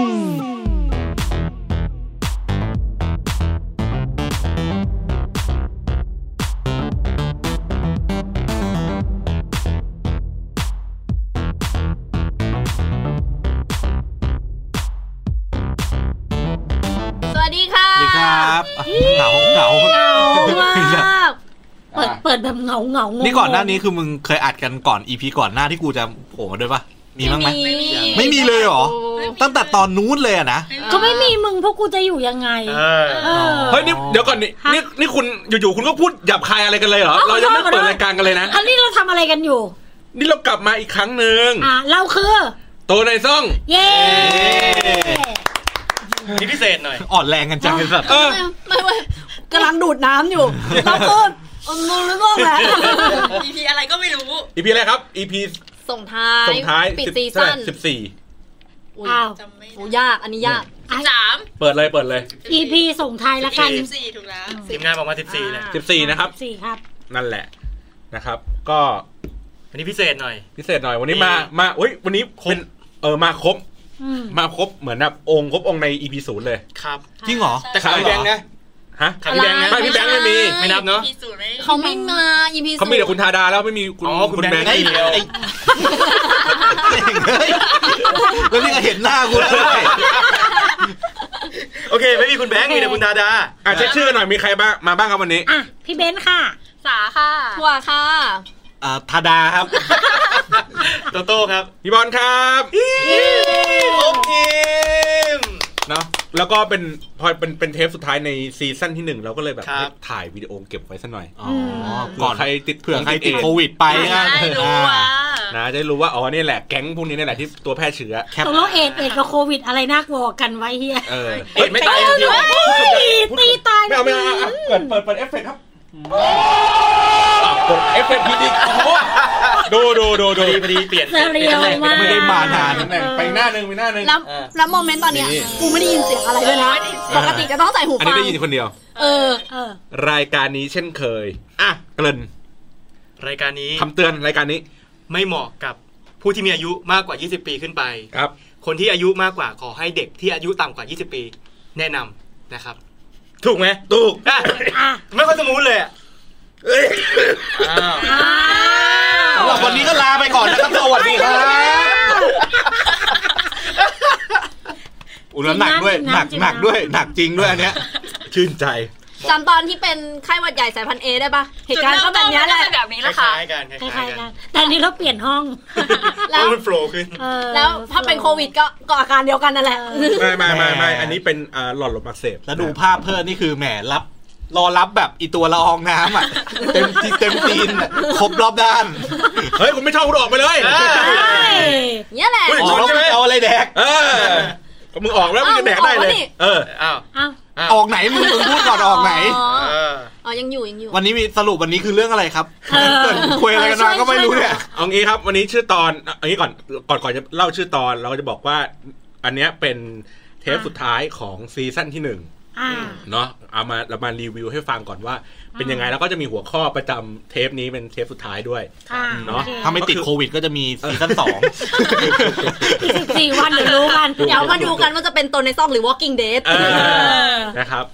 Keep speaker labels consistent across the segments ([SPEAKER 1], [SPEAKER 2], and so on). [SPEAKER 1] อง
[SPEAKER 2] สวัสดีค่ะ
[SPEAKER 3] สวัสดีครับเหงาเหงา
[SPEAKER 2] เหงามากเปิดเปิดแบบเหงาเหงางง
[SPEAKER 3] นี่ก่อนหน้านี้คือมึงเคยอัดกันก่อนอีพีก่อนหน้าที่กูจะโผล่มาด้วยปะมีบ้างไหม
[SPEAKER 2] ไม่มี
[SPEAKER 3] ไม่มีเลยเหรอ ตั้งแต่ตอนนู้นเลยอะนะ
[SPEAKER 2] ก็ไม่มีมึงพวกกูจะอยู่ยังไงเออ
[SPEAKER 4] เฮ้ยนี่เดี๋ยวก่อนนี่
[SPEAKER 2] ฮะ
[SPEAKER 4] นี่นี่คุณอยู่ๆคุณก็พูดหยาบคายอะไรกันเลยเหรอ
[SPEAKER 2] เอ้า
[SPEAKER 4] เรายังไม่
[SPEAKER 2] ขอโทษ
[SPEAKER 4] เปิดรายการกันเลยนะ
[SPEAKER 2] อันนี้เราทำอะไรกันอยู่
[SPEAKER 4] นี่เรากลับมาอีกครั้งหนึ่ง
[SPEAKER 2] อ่ะเราคือ
[SPEAKER 4] โตในซ่อง
[SPEAKER 2] เย้
[SPEAKER 5] นี่พิเศษหน่อย
[SPEAKER 3] อ่อนแรงกันจังไอ้สัตว์
[SPEAKER 4] เออ
[SPEAKER 6] ไม่ไม่
[SPEAKER 2] กำลังดูดน้ำอยู่ เราคืออมรู้เรื่องแหละ
[SPEAKER 6] อีพีอะไรก็ไม่รู้
[SPEAKER 4] อีพีอะไรครับอีพี
[SPEAKER 6] ส่งท้าย
[SPEAKER 4] ส่งท้าย
[SPEAKER 6] ปิดซีซั่น
[SPEAKER 4] สิบสี่
[SPEAKER 6] อุ๊ย
[SPEAKER 2] อ้าว
[SPEAKER 7] จำไม่
[SPEAKER 6] โอ้ยาก อันนี้ยาก
[SPEAKER 7] สาม
[SPEAKER 4] เปิดเลยเปิดเลย
[SPEAKER 2] EP ส่งท้ายละกัน
[SPEAKER 7] สิบสี่ถูกแล้ว
[SPEAKER 5] ทีมงานบอกมา 14เลย
[SPEAKER 2] อ่า
[SPEAKER 4] 14นะครับ
[SPEAKER 2] สี่ครับ
[SPEAKER 4] นั่นแหละนะครับ ก็
[SPEAKER 5] วันนี้พิเศษหน่อย
[SPEAKER 4] พิเศษหน่อยวันนี้มามาอุ้ยวันนี้เป็นเออมาครบ
[SPEAKER 2] อืม
[SPEAKER 4] มาครบเหมือนแบบองค์ครบองค์ในอีพีศูนย์เลย
[SPEAKER 5] ครับ
[SPEAKER 3] จริงเหรอ
[SPEAKER 5] แต่ขาด
[SPEAKER 4] ใช่
[SPEAKER 5] พี่แบงค์นะ
[SPEAKER 4] ฮะ
[SPEAKER 5] ขาดพี่แบงค์นะ
[SPEAKER 4] ไม่พี่แบงค์ไม่มี
[SPEAKER 5] ไม่นับเนาะ
[SPEAKER 7] ที่ศูนย์ไม่
[SPEAKER 6] เขาไม่มาอีพี
[SPEAKER 4] เขามีแต่คุณทาดาแล้วไม่มีคุณ
[SPEAKER 5] อ๋อคุณแบงค์
[SPEAKER 4] ค์
[SPEAKER 5] เดียว
[SPEAKER 3] ไอ้แม่งเอ้ยแล้วนี่ก็เห็นหน้ากูแล้วด้วย
[SPEAKER 5] โอเค ไม่มีคุณแบงค์มีแต่คุณดาดา
[SPEAKER 4] อ่ะเช็คชื่อหน่อยมีใครบ้างมาบ้างครับวันนี้
[SPEAKER 2] อ่ะ พี่เบนซ์ค่ะ
[SPEAKER 7] สาค่ะ
[SPEAKER 6] ทัวร์ค่ะ
[SPEAKER 3] อ่าธาดาครับ
[SPEAKER 5] โตโต้ครับ
[SPEAKER 4] พี่บอลครับ
[SPEAKER 5] โอเค
[SPEAKER 4] เนาะแล้วก็เป็นพอเป็นเป็นเทปสุดท้ายในซีซั่นที่หนึ่งเราก็เลยแบบ
[SPEAKER 5] ครับ
[SPEAKER 4] ถ่ายวิดีโอเก็บไว้สักหน่อย
[SPEAKER 3] อ๋อ
[SPEAKER 4] ก่
[SPEAKER 3] ก่
[SPEAKER 4] อ
[SPEAKER 3] อน น
[SPEAKER 4] ใครติด
[SPEAKER 3] เผื่อใครติดโค
[SPEAKER 4] เอ
[SPEAKER 3] วิดไปนะ
[SPEAKER 7] ได้ดูอ่ะ
[SPEAKER 4] ดนะจะได้รู้ว่าอ๋อนี่แหละแก๊งพวกนี้นี่แหละที่ตัวแพร่เชื้อ
[SPEAKER 3] แคป
[SPEAKER 2] ตกลงเอดส์เอดส์กับโควิดอะไรน่ากลัวกันไว้เฮีย
[SPEAKER 4] เออ
[SPEAKER 5] เอ็ดไม่ตายจริง
[SPEAKER 2] เฮ้ยตีตาย
[SPEAKER 4] ไม่เอาไม่เอาอ่ะเปิดเปิดเปิดเอฟเฟกต์ครับอ่ะกดเอฟเฟกต์ดีๆโอ้โหดูดูดู
[SPEAKER 5] พ
[SPEAKER 4] ดู
[SPEAKER 5] อดีพอดีเปลี่ยน
[SPEAKER 2] เซเรียลมาก
[SPEAKER 3] ไม่ได้มานาน
[SPEAKER 4] หนึ่งไปหน้าหนึ่งไปหน้าหนึ่ง
[SPEAKER 6] แล้วแล้วโมเมนต์ตอนเนี้ย
[SPEAKER 4] นี่
[SPEAKER 6] กูไม่ได้ยินเสียงอะไรเลยนะ ปกติจะต้องใส่หู
[SPEAKER 4] อัน
[SPEAKER 6] ฟั
[SPEAKER 4] นี้
[SPEAKER 6] ง
[SPEAKER 4] ได้ยินคนเดียว
[SPEAKER 6] เออ
[SPEAKER 2] เออ
[SPEAKER 4] รายการนี้เช่นเคยอ่ะเกริ่น
[SPEAKER 5] รายการนี้
[SPEAKER 4] คำเตือนรายการนี้
[SPEAKER 5] ไม่เหมาะกับผู้ที่มีอายุมากกว่า 20 ปีขึ้นไป
[SPEAKER 4] ครับ
[SPEAKER 5] คนที่อายุมากกว่าขอให้เด็กที่อายุต่ำกว่า 20 ปี แนะนำนะครับ ถูกไหมถูกอ่ะ
[SPEAKER 2] อ่ะ
[SPEAKER 5] ไม่ค่อยสมูทเลยอ่ะอ้าว
[SPEAKER 3] สำหรับวันนี้ก็ลาไปก่อนนะครับสวัสดีครับอุ้ยแล้วหนักด้วยหนักหนักด้วยหนักจริงด้วยอันเนี้ย
[SPEAKER 4] ชื่นใจ
[SPEAKER 6] จำตอนที่เป็นไข้หวัดใหญ่สายพันธุ์เอได้ปะเหตุการณ์ก็แบบเนี้ยแหละ
[SPEAKER 7] จุดเริ่มต้นมันก็เป็นแบบนี้
[SPEAKER 5] ค
[SPEAKER 7] แหละค่ะ
[SPEAKER 5] ล้ายๆกันค
[SPEAKER 2] ค
[SPEAKER 5] ล้า
[SPEAKER 2] ล้าย
[SPEAKER 5] ย
[SPEAKER 2] ๆ
[SPEAKER 5] ๆ
[SPEAKER 2] กั
[SPEAKER 5] กัน น
[SPEAKER 2] แต่อันนี้เราเปลี่ยนห้อง
[SPEAKER 6] แล้ว
[SPEAKER 5] เพราะมันโฟล์ขึ้น
[SPEAKER 2] เออ
[SPEAKER 6] แล้วถ้าเป็นโควิดก็ก็อาการเดียวกันนั่นแหละ
[SPEAKER 4] ไม่ไม่ไม่ไม่
[SPEAKER 3] แหม่
[SPEAKER 4] อันนี้เป็นอ่าหลอดลมอักเสบ
[SPEAKER 3] แล้วดูภาพเพิ่นนี่คือแหมรับ รอรับแบบอีตัวละอองน้ำอ่ะ เต็มที่เต็มตีนอะครบรอบด้าน
[SPEAKER 4] เฮ้ย คุณไม่ชอบคุณออกไปเลย
[SPEAKER 2] ใช่
[SPEAKER 6] เนี่ยแหละ
[SPEAKER 4] คุณ
[SPEAKER 3] อ
[SPEAKER 4] ช
[SPEAKER 3] อก
[SPEAKER 4] น
[SPEAKER 3] แล้ว
[SPEAKER 4] ใช่ไหม
[SPEAKER 3] ไม่เอาอะไรแดก
[SPEAKER 4] เออก็มึงออกแล้วมึงจะแดกได้เลย
[SPEAKER 6] อ้าวมึงออกแล้วนี่
[SPEAKER 4] เออ
[SPEAKER 5] อ้าว
[SPEAKER 2] เอ้า
[SPEAKER 5] อ้าว
[SPEAKER 3] ออกไหนมึงมึงพูดก่อนออกไหน
[SPEAKER 6] อ๋อ
[SPEAKER 5] เออ
[SPEAKER 6] อ๋อยังอยู่ยังอยู่
[SPEAKER 3] วันนี้มีสรุปวันนี้คือเรื่องอะไรครับ
[SPEAKER 2] เออ
[SPEAKER 3] เกิดคุยอะไรกันมาก็ไม่รู้เนี่ย
[SPEAKER 4] เอางี้ครับ วันนี้ชื่อตอนเอางี้ก่อนก่อนก่อนจะเล่าชื่อตอนเราก็จะบอกว่า อันเนี้ยเป็นเทปสุดท้ายของซีซั่นที่หนึ่ง
[SPEAKER 2] อ่า
[SPEAKER 4] เนาะเอามาเรามารีวิวให้ฟังก่อนว่า เป็นยังไงแล้วก็จะมีหัวข้อประจำเทปนี้เป็นเทปสุดท้ายด้วย
[SPEAKER 2] ค่ะ
[SPEAKER 4] เนอะ
[SPEAKER 2] โอค
[SPEAKER 3] ถ้าไม่ติดโควิดก็จะมีซีซั่นสอง
[SPEAKER 2] อีกสิบสี่วันเดี๋ยวรู้กัน
[SPEAKER 6] เดี๋ยวมาดูกันว่าจะเป็นตัวในซ่องหรือ walking dead
[SPEAKER 4] เออนะครับ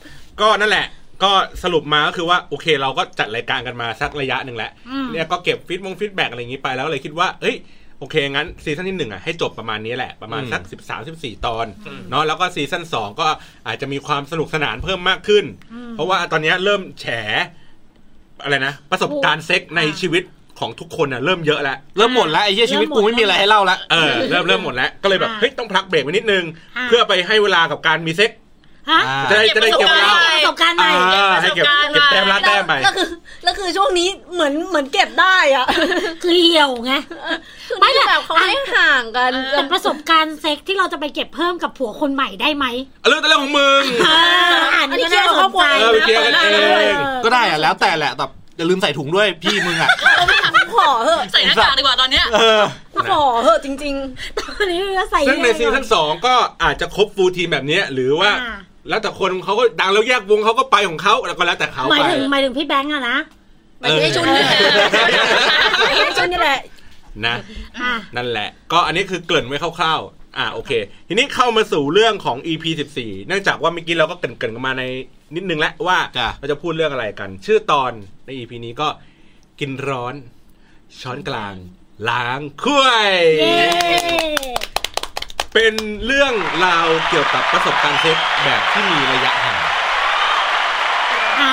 [SPEAKER 4] ก็นั่นแหละ ก็สรุปมาก็คือว่าโอเคเราก็จัดรายการกันมาสักระยะหนึ่งแล้ว
[SPEAKER 2] อืม
[SPEAKER 4] เนี่ยก็เก็บฟีดมงฟีดแบ็กอะไรอย่างนี้ไปแล้วก็เลยคิดว่า เอ้ยโอเคงั้นซีซั่นที่หนึ่งอ่ะให้จบประมาณนี้แหละประมาณสัก 13 14 ตอนเนาะแล้วก็ซีซั่น2 ก็อาจจะมีความสนุกสนานเพิ่มมากขึ้น เพราะว่าตอนเนี้ยเริ่มแฉอะไรนะ ประสบการณ์เซ็กในชีวิตของทุกคนอ่ะเริ่มเยอะแล้ว
[SPEAKER 3] เริ่มหมดแล้วไอ้เหี้ยชีวิตกูไม่มีอะไรให้เล่าละ
[SPEAKER 4] เอ อเริ่มเริ่มหมดแล้วก็เลยแบบ
[SPEAKER 2] อ่า
[SPEAKER 4] เฮ้ยต้องพักเบรกไว้นิดนึง
[SPEAKER 2] อ่า
[SPEAKER 4] เพื่อไปให้เวลากับการมีเซ็ก
[SPEAKER 2] ฮะ
[SPEAKER 3] อ่า
[SPEAKER 4] จะได้จะได้เก็บเวลา
[SPEAKER 2] เก็บประสบการณ์ใหม่
[SPEAKER 4] อ่าให้เก็บเก็บแต้มละแต้มไป
[SPEAKER 6] แล้วคือแล้วคือช่วงนี้เหมือนเหมือนเก็บได้อะ
[SPEAKER 2] คือเหี่ยวไง
[SPEAKER 6] คือ
[SPEAKER 2] ไม่
[SPEAKER 6] ไม่
[SPEAKER 2] แห
[SPEAKER 6] แบ
[SPEAKER 2] ละ
[SPEAKER 6] บเขาไม่ห่างกัน
[SPEAKER 2] แต่ประสบการณ์เซ็กที่เราจะไปเก็บเพิ่มกับผัวคนใหม่ได้ไหม
[SPEAKER 4] เรื่องแต่เรื่องของมึง
[SPEAKER 2] อ่าอ่านก็น่าสนใจ
[SPEAKER 4] เออไปเคลียร์กันเอง
[SPEAKER 3] ก็ได้อะแล้วแต่แหละแต่อย่าลืมใส่ถุงด้วยพี่มึงอ่ะ
[SPEAKER 6] กูขอเถอะ
[SPEAKER 7] ใส่หน้ากากดีกว่าตอนเนี้ย
[SPEAKER 3] เออ
[SPEAKER 6] กูขอเถอะจริง
[SPEAKER 2] ตอนนี้เราใส่
[SPEAKER 4] ซึ่งในซี
[SPEAKER 2] เยอะ
[SPEAKER 4] ซั่นสองก็อาจจะครบฟูลทีมแบบเนี้ยหรือว่า
[SPEAKER 2] อ่า
[SPEAKER 4] แล้วแต่คนเขาก็ดังแล้วแยกวงเขาก็ไปของเขาแล้วก็แล้วแต่เขา
[SPEAKER 8] หมาย
[SPEAKER 4] ไป
[SPEAKER 8] ถึงหมายถึงพี่แบงค์อะนะ
[SPEAKER 6] หมายถึงไอ้ชุนเนี่ย
[SPEAKER 8] ไอ้ชุนนี่แหละ
[SPEAKER 4] นะ
[SPEAKER 8] อ่ะ
[SPEAKER 4] นั่นแหละ ก็อันนี้คือเกริ่นไว้คร่าวๆ อ่าโอเค ทีนี้เข้ามาสู่เรื่องของ EP 14 เนื่องจากว่าเมื่อกี้เราก็เกริ่นๆกันมาในนิดนึงแล้วว่า
[SPEAKER 3] จ้ะ
[SPEAKER 4] เราจะพูดเรื่องอะไรกัน ชื่อตอนใน EP นี้ก็กินร้อน ช้อนกลาง ล้างคุ้ย
[SPEAKER 8] เย้
[SPEAKER 4] เป็นเรื่องราวเกี่ยวกับประสบการณ์เซ็กแบบที่มีระยะห่าง
[SPEAKER 8] อ่า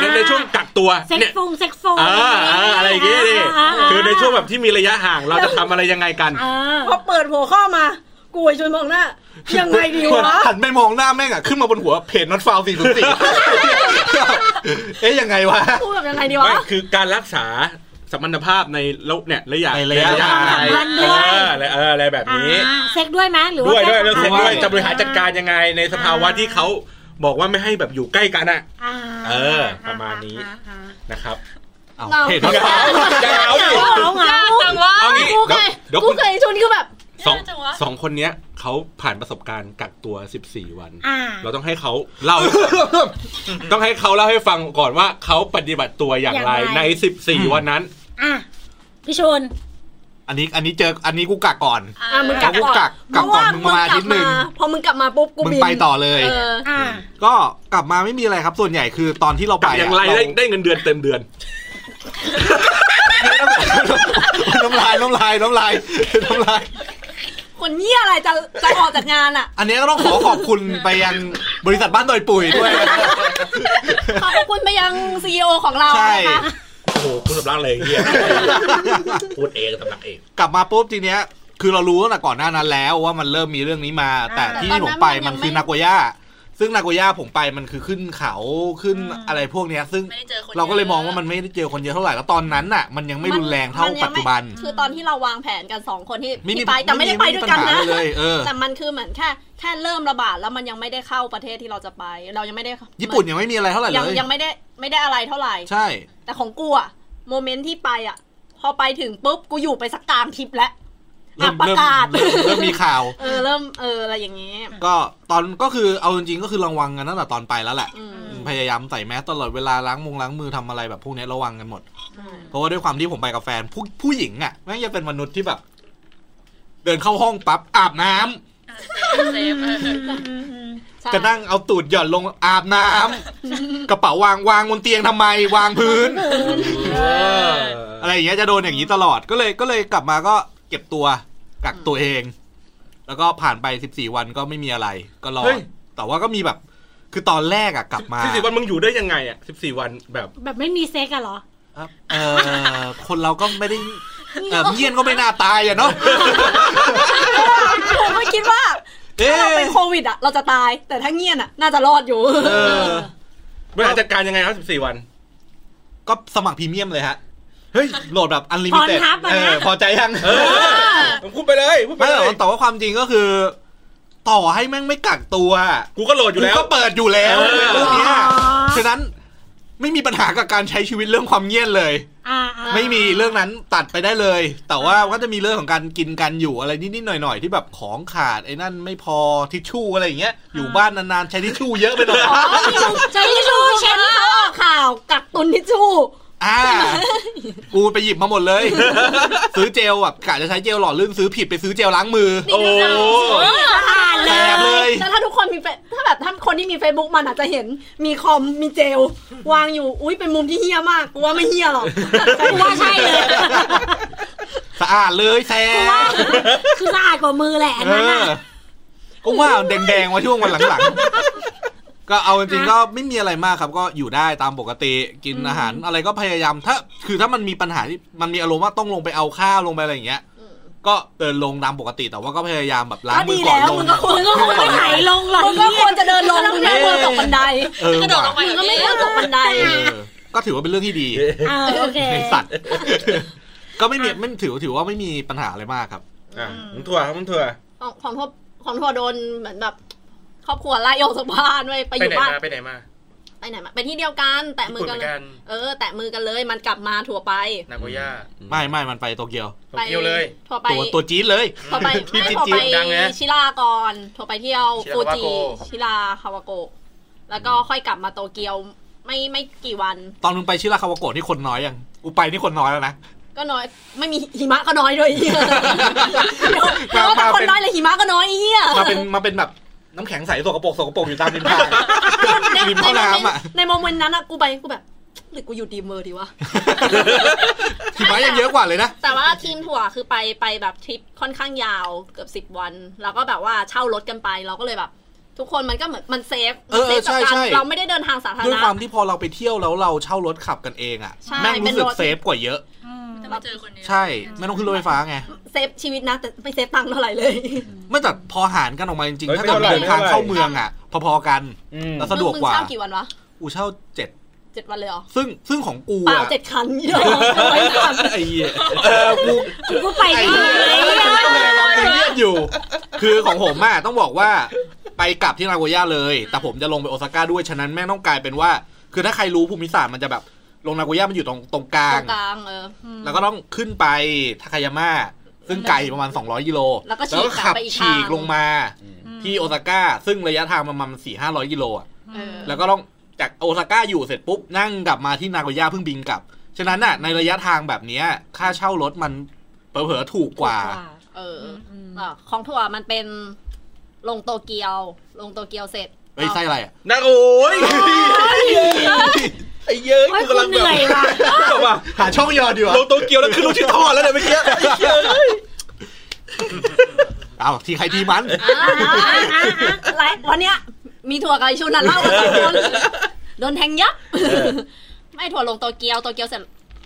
[SPEAKER 4] ในในช่วงกักตัว
[SPEAKER 8] เซ็ก
[SPEAKER 4] เนี่ย
[SPEAKER 8] ฟงเซ็กฟง
[SPEAKER 4] อ่าอ่าอะไรอย่างเงี้ยดิ
[SPEAKER 8] าา
[SPEAKER 4] คือในช่วงแบบที่มีระยะห่างเราจะทำอะไรยังไงกัน
[SPEAKER 8] เออ
[SPEAKER 2] พอเปิดหัวข้อมา กูไอ้ชวนมองหน้า ยังไงดีวะ
[SPEAKER 3] หันไปมองหน้าแม่งอ่ะ ขึ้นมาบนหัวเพจน็อตฟาวสี่ศูนย์สี่เอ๊ยยังไงวะ
[SPEAKER 8] พูดแบบยังไงดี
[SPEAKER 4] ไม่
[SPEAKER 8] วะ
[SPEAKER 4] คือการรักษาสัมพันธภาพในโลกเนี่ยระยะ
[SPEAKER 3] ในระยะ
[SPEAKER 4] ห่าง
[SPEAKER 3] ห่าง
[SPEAKER 8] สัมพันธ์ด้วย
[SPEAKER 4] เออและเอออะไรแบบนี้
[SPEAKER 8] อ่าเซ็กด้วยไหมหรือว่า
[SPEAKER 4] ด้วยด้วย
[SPEAKER 8] แค่
[SPEAKER 4] เรื่องเซ็ก
[SPEAKER 8] สัมพันธ์
[SPEAKER 4] ด้วยจะบริหารจัดการยังไงในสภาวะที่เขาบอกว่าไม่ให้แบบอยู่ใกล้กันอ่ะ
[SPEAKER 8] อ่า
[SPEAKER 4] เออประมาณนี้
[SPEAKER 8] อ่อ่า
[SPEAKER 4] นะครับ
[SPEAKER 6] เรา
[SPEAKER 3] เพจน็อตฟาว
[SPEAKER 4] จะเอาดิ
[SPEAKER 8] อ่าเหงาเหงา
[SPEAKER 9] ยากจังวะ
[SPEAKER 4] เอางี้
[SPEAKER 6] กูเคย
[SPEAKER 4] เดี๋ยว
[SPEAKER 6] กูเคยชุนคือแบบ
[SPEAKER 4] สองสองคนเนี้ยเขาผ่านประสบการณ์กักตัว 14 วัน
[SPEAKER 8] อ่า
[SPEAKER 4] เราต้องให้เขาเล่า ต้องให้เขาเล่าให้ฟังก่อนว่าเขาปฏิบัติตัวอย่างไร
[SPEAKER 8] อย่างไร
[SPEAKER 4] ใน 14 วันนั้น
[SPEAKER 8] อ่ะพี่ชุน
[SPEAKER 3] อันนี้อันนี้เจออันนี้กูกักก่อน
[SPEAKER 6] อ่ะมึงกลับ
[SPEAKER 3] กู
[SPEAKER 6] ก่อน
[SPEAKER 3] กักกักก่อนมึงมาอาทิตย์หนึ่ง
[SPEAKER 6] พอมึงกลับมาปุ๊บกู
[SPEAKER 3] มึง
[SPEAKER 6] บิน
[SPEAKER 3] ไปต่อเลย
[SPEAKER 6] เออ
[SPEAKER 8] อ่า
[SPEAKER 3] ก็กลับมาไม่มีอะไรครับ ส่วนใหญ่คือตอนที่เราไป
[SPEAKER 4] กักอย่างไรได้ได้เงินเดือนเต็มเดือน
[SPEAKER 3] เราน้ำลายน้ำลายน้ำลายน้ำลาย
[SPEAKER 6] คนเยี่ยอะไรจะจะออกจากงานอ่ะ
[SPEAKER 3] อันนี้ก็ต้องขอขอบคุณไปยังบริษัทบ้านดอยปุ๋ยด้วย
[SPEAKER 6] ขอบคุณไปยังซีอของเรา
[SPEAKER 3] ใช่
[SPEAKER 6] นะคะ
[SPEAKER 4] โอ้โหคุณสำลักเลยไอ้เฮียพูดเองสำลักเอง
[SPEAKER 3] กลับมาปุ๊บทีเนี้ย คือเรารู้ตั้งแต่ก่อนหน้านั้นแล้วว่ามันเริ่มมีเรื่องนี้มา แต่ที่ผมไปมันคือนาโกย่า ซึ่งนาโกย่าผมไปมันคือขึ้นเขาขึ้นอะไรพวกเนี้ย ซึ่ง
[SPEAKER 9] ไม่ได้เจอคน
[SPEAKER 3] เราก็เลยมองว่ามันไม่ได้เจอคนเยอะเท่าไหร่แล้วตอนนั้นน่ะ มันยังไม่รุนแรงเท่าปัจจุบัน
[SPEAKER 6] คือตอนที่เราวางแผนกันสองคนที่
[SPEAKER 3] ไม่มี
[SPEAKER 6] ที่ไปแต่ไม่ได้ไปด้วยกันนะ
[SPEAKER 3] ไม่มีปัญหาเลยเออ
[SPEAKER 6] แต่มันคือเหมือนแค่แค่เริ่มระบาดแล้วมันยังไม่ได้เข้าประเทศที่เราจะไป เรายังไม่ได้
[SPEAKER 3] ญี่ปุ่นยังไม่มีอะไรเท่าไหร่เล
[SPEAKER 6] ยัง
[SPEAKER 3] ย
[SPEAKER 6] ยังไม่ได้ไม่ได้อะไรเท่าไหร่
[SPEAKER 3] ใช่
[SPEAKER 6] แต่ของกูอะโมเมนต์ที่ไปอะพอไปถึงปุ๊บกูอยู่ไปสักกลางทริปแล้วอ่ะประ
[SPEAKER 3] เริ่ม
[SPEAKER 6] กาศ
[SPEAKER 3] เริ่มเริ่มมีข่าว
[SPEAKER 6] เออเริ่มเอออะไรอย่างงี้
[SPEAKER 3] ก็ตอนก็คือเอาจริงๆก็คือระวังกันตั้งแต่ตอนไปแล้วแหละ
[SPEAKER 6] อืม
[SPEAKER 3] พยายามใส่แมสตลอดเวลาล้างมงล้างมือทำอะไรแบบพวกเนี้ยระวังกันหมด เพราะว่าด้วยความที่ผมไปกับแฟนผู้ผู้หญิงอ่ะแม่งจะเป็นมนุษย์ที่แบบ เดินเข้าห้องปั๊บอาบน้ำ
[SPEAKER 9] เซฟเออ
[SPEAKER 6] ใช่
[SPEAKER 3] จะนั่งเอาตูดหย่อนลงอาบน้ำกระเป๋าวางวางบนเตียงทำไมวางพื้น อะไรอย่างเงี้ยจะโดนอย่างนี้ตลอดก็เลยก็เลยกลับมาก็เก็บตัวกักตัวเอง แล้วก็ผ่านไป14วันก็ไม่มีอะไร ก็รอ
[SPEAKER 4] เฮ้ย
[SPEAKER 3] แต่ว่าก็มีแบบ คือตอนแรกอะกลับมา
[SPEAKER 4] สิบสี่วันมึงอยู่ได้ยังไงอ่ะสิบสี่วันแบบ
[SPEAKER 8] แบบไม่มีเซ็กอะเหรอ
[SPEAKER 3] ครับเออคนเราก็ไม่ได้เอ่อเยี่ยนก็ไม่น่าตายอะเนาะ
[SPEAKER 6] ผมไม่คิดว่า
[SPEAKER 3] เอ๊ะ
[SPEAKER 6] ถ้าเราเป็นโควิดอะเราจะตายแต่ถ้าเงียนอะน่าจะรอดอยู่
[SPEAKER 3] เออ
[SPEAKER 4] บริหารจัดการยังไงครับสิบสี่วัน
[SPEAKER 3] ก็สมัครพรีเมียมเลยฮะ เฮ้ย โหลดแบบอันลิมิเต็ด
[SPEAKER 8] Pornhub อะนะ
[SPEAKER 3] เออ พอใจยัง
[SPEAKER 4] เออมึงพูดไปเลยพูดไป
[SPEAKER 3] ไม่ห
[SPEAKER 4] เล
[SPEAKER 3] ร
[SPEAKER 4] ย
[SPEAKER 3] อกแต่ว่าความจริงก็คือ ต่อให้แม่งไม่กักตัว
[SPEAKER 4] กูก็โหลดอยู่แล้ว
[SPEAKER 3] กูก็เปิดอยู่แล้ว
[SPEAKER 4] เออ
[SPEAKER 3] เรื่องเนี้ย
[SPEAKER 8] อ๋อ
[SPEAKER 3] ฉะนั้นไม่มีปัญหากับการใช้ชีวิตเรื่องความเงียบเลย
[SPEAKER 8] อ่าอ่า
[SPEAKER 3] ไม่มีเรื่องนั้นตัดไปได้เลย แต่ว่าก็จะมีเรื่องของการกินกันอยู่อะไรนิดๆหน่อยๆ ที่แบบของขาดไอ้นั่นไม่พอทิชชู่อะไรอย่างเงี้ยอยู่บ้านนานๆใช้ทิชชู่เยอะไปหน่อย
[SPEAKER 6] ใช้ทิชชู่เช็ดที่เขาออกข่าวกักตุนทิชชู่
[SPEAKER 3] อ่ากูไปหยิบมาหมดเลย ซื้อเจลแบบกะจะใช้เจลหล่อลื่นซื้อผิดไปซื้อเจลล้างมือ
[SPEAKER 4] โอ้โห
[SPEAKER 8] สะอาดเล
[SPEAKER 3] แส
[SPEAKER 8] ย
[SPEAKER 3] บเลย
[SPEAKER 6] แต่ถ้าทุกคนมีเฟซถ้าแบบถ้าคนที่มี Facebook มันอาจจะเห็นมีคอมมีเจล วางอยู่อุ้ยเป็นมุมที่เฮี้ยมากกูว่าไม่เฮี้ยหรอก
[SPEAKER 8] กูว่าใช่เลย
[SPEAKER 3] สะอาดเลยแส
[SPEAKER 8] ว่า
[SPEAKER 3] บ
[SPEAKER 8] คือสะอาดกว่ามือแหละอัน
[SPEAKER 3] เอ
[SPEAKER 8] นั้น
[SPEAKER 3] อ
[SPEAKER 8] น่ะ
[SPEAKER 3] ก็ว่าแดงๆมาช่วงวันหลังๆ ก็เอาจริงๆก็ไม่มีอะไรมากครับ ก็อยู่ได้ตามปกติกินอาหารอะไรก็พยายามถ้าคือถ้ามันมีปัญหาที่มันมีอารมณ์ว่าต้องลงไปเอาข้าวลงไปอะไรอย่างเงี้ย ก็เดินลงตามปกติแต่ว่าก็พยายามแบบล้าง
[SPEAKER 6] ก็ดี
[SPEAKER 3] มือก่อน
[SPEAKER 6] แล้ว
[SPEAKER 3] ลง
[SPEAKER 6] มึงก็ควร
[SPEAKER 8] มึงก็คงไม่ไหลลงหรอก
[SPEAKER 6] มึงก็ควรจะเดินลงมึงไม่ควรตกบันได
[SPEAKER 3] เออก
[SPEAKER 9] ระโดดลงไป
[SPEAKER 6] มึ
[SPEAKER 3] ว่ะ
[SPEAKER 6] งก็ไม่
[SPEAKER 9] แบ
[SPEAKER 6] ควร
[SPEAKER 9] บ
[SPEAKER 6] ตกบันได
[SPEAKER 3] เออก็ถือว่าเป็นเรื่องที่ดี
[SPEAKER 8] เออโอเค
[SPEAKER 3] ไอสัตว์ ก็ไม่มีไม่ถือถือว่าไม่มีปัญหาอะไรมากครับ
[SPEAKER 4] อ่ะมึงถั่วครับมึงถั่ว
[SPEAKER 6] ของของทัวของทัวโดนเหมือนแบบ ครอบครัวไล่ออกจากบ้านเว้ยไปอ
[SPEAKER 5] ไป
[SPEAKER 6] ยู่
[SPEAKER 5] ไหน
[SPEAKER 6] บ้าน
[SPEAKER 5] มาไปไหนมา
[SPEAKER 6] ไป อ้ไหนมาไปที่เดียวกันแตะมือกันเลย
[SPEAKER 5] ญี่ปุ่นเหมือนกัน
[SPEAKER 6] เออ แตะมือกันเลยมันกลับมาทั่วไป
[SPEAKER 5] นาโกย่า
[SPEAKER 3] ไม่ไม่มันไปโตเกียว
[SPEAKER 5] โตเกียวเลย
[SPEAKER 6] ทัวร์ไป
[SPEAKER 3] ตัวตัวจี๊ดเลย
[SPEAKER 6] ทัวร์ไป
[SPEAKER 5] ที่
[SPEAKER 6] ไม่
[SPEAKER 5] ที่
[SPEAKER 6] ทัวร์
[SPEAKER 5] จีนดัง
[SPEAKER 6] ไป
[SPEAKER 5] นะ
[SPEAKER 6] ชิลาก่อนทัวร์ไปเที่ยว
[SPEAKER 5] ชิ
[SPEAKER 6] ฟู
[SPEAKER 5] ลาวา
[SPEAKER 6] จิ
[SPEAKER 5] โก
[SPEAKER 6] ชิลาคาวาโกะแล้วก็ค่อยกลับมาโตเกียวไม่ไม่กี่วัน
[SPEAKER 3] ตอนมึงไปชิราคาวาโกะที่คนน้อยยังอุไปนี่คนน้อยแล้วนะ
[SPEAKER 6] ก็น้อยไม่มีหิมะก็น้อยด้วยเหี้ยเพราะว่าแต่คนน้อยเลยหิมะก็น้อยไอ้เหี้ย
[SPEAKER 3] มาเป็นมาเป็นแบบน้ำแข็งใสสกปรกสกปรกอยู่ตามริมทาง
[SPEAKER 6] ใน
[SPEAKER 3] ริม
[SPEAKER 6] ใน
[SPEAKER 3] แม่น้ำอ่ะ
[SPEAKER 6] ในโมเมนต์นั้นอะกูไปกูแบบหรือกูอยู่ดีมเมอร์ดีวะ
[SPEAKER 3] หิมะยังเยอะกว่าเลยนะ
[SPEAKER 6] แต่ว่าทีมถั่วร์คือไปไปแบบทริปค่อนข้างยาวเกือบสิบ10 วัน แล้วก็แบบว่าเช่ารถกันไปเราก็เลยแบบ ทุกคนมันก็เหมือนมันเซฟ
[SPEAKER 3] เออเออใช่ใช่
[SPEAKER 6] เราไม่ได้เดินทางสาธาร
[SPEAKER 3] ด้วย
[SPEAKER 6] ณะ
[SPEAKER 3] ความที่พอเราไปเที่ยวแล้วเราเช่ารถขับกันเองอ่ะ
[SPEAKER 6] ใช่
[SPEAKER 3] แม่งรู้สึ
[SPEAKER 6] เป็นร
[SPEAKER 3] ก
[SPEAKER 6] ถ
[SPEAKER 3] เซฟกว่าเยอะ
[SPEAKER 9] แต่มาเจอคนเนี้ย
[SPEAKER 3] ใช่ ไม่ต้องขึ้นรถไฟฟ้าไง
[SPEAKER 6] เซฟชีวิตนะ แต่ไม่เซฟตังค์เท่าไหร่เลย
[SPEAKER 3] ไม่แต่พอหารกันออกมาจริงๆ
[SPEAKER 4] เฮ้ย
[SPEAKER 3] ถ้าเกิด
[SPEAKER 4] ไม่
[SPEAKER 3] เดิน
[SPEAKER 4] เท่าไห
[SPEAKER 3] ทา
[SPEAKER 4] ร่
[SPEAKER 3] งเข้าเมืองอ่ะ พอๆกัน
[SPEAKER 4] อืม
[SPEAKER 3] แล้วสะดวกกว่า
[SPEAKER 6] มึงเช่ากี่วันวะ
[SPEAKER 3] อูเช่าเจ็ด
[SPEAKER 6] เจ็ดวันเลยเหรอ
[SPEAKER 3] ซึ่งซึ่งของกู
[SPEAKER 6] เปล่า
[SPEAKER 3] อ่ะ
[SPEAKER 6] เจ็ดคันเยอะไปคัน
[SPEAKER 3] ไอ้เหี้ยเออกู
[SPEAKER 2] กูไป
[SPEAKER 3] ไอ้
[SPEAKER 2] ได้
[SPEAKER 3] เหี้ยต้องไปรับเรียกอยู่ คือของผมอะต้องบอกว่าไปกลับที่นาโกย่าเลย แต่ผมจะลงไปโอซาก้าด้วย ฉะนั้นแม่งต้องกลายเป็นว่า คือถ้าใครรู้ภูมิศาสตร์มันจะแบบ ลงนาโกย่ามันอยู่ตรงตรงกลา
[SPEAKER 6] ตรง งกลางเออ
[SPEAKER 3] แล้วก็ต้องขึ้นไปทาคายาม่า ซึ่งไกลประมาณ 200กิโล
[SPEAKER 6] แล้วก็ฉีก
[SPEAKER 3] ขับ
[SPEAKER 6] ไปอีกทาง
[SPEAKER 3] ฉีกลงมาที่โอซาก้า ซึ่งระยะทางประมาณสี่ห้าร้อยกิโลอะ
[SPEAKER 6] เออ
[SPEAKER 3] แล้วก็ต้องจากโอซาก้าอยู่เสร็จปุ๊บนั่งกลับมาที่นาโกย่าเพิ่งบินกลับ ฉะนั้นน่ะในระยะทางแบบเนี้ยค่าเช่ารถมันเผลอๆถูกกว่า
[SPEAKER 6] เออ
[SPEAKER 2] อืม
[SPEAKER 6] เออของถั่วร์มันเป็นลงโตเกียว ลงโตเกียวเสร็จ
[SPEAKER 3] เฮ้ยไส้อะไรอะ
[SPEAKER 4] นะโอ้ยไอ้เย้ย
[SPEAKER 2] โอ้ย
[SPEAKER 4] กูกำลัง
[SPEAKER 2] กูเหนื่อยว่ะ
[SPEAKER 4] แบบว่า
[SPEAKER 3] หาช่องยอดีกว่า
[SPEAKER 4] ลงโตเกียวแล้วขึ้นลูกชิ้นทอดแล้วเนี่ยเมื่อกี้ไอ้เหี้ยเอ้ย
[SPEAKER 3] เอาทีใครทีมัน
[SPEAKER 6] อ่ะอ่ะอ่ะอ่ะไลฟ์วันเนี้ยมีถั่วกับไอ้ชุนน่ะเล่ากันสองคนโดนแทงยับไม่ถั่วลงโตเกียวโตเกียวเสร็จ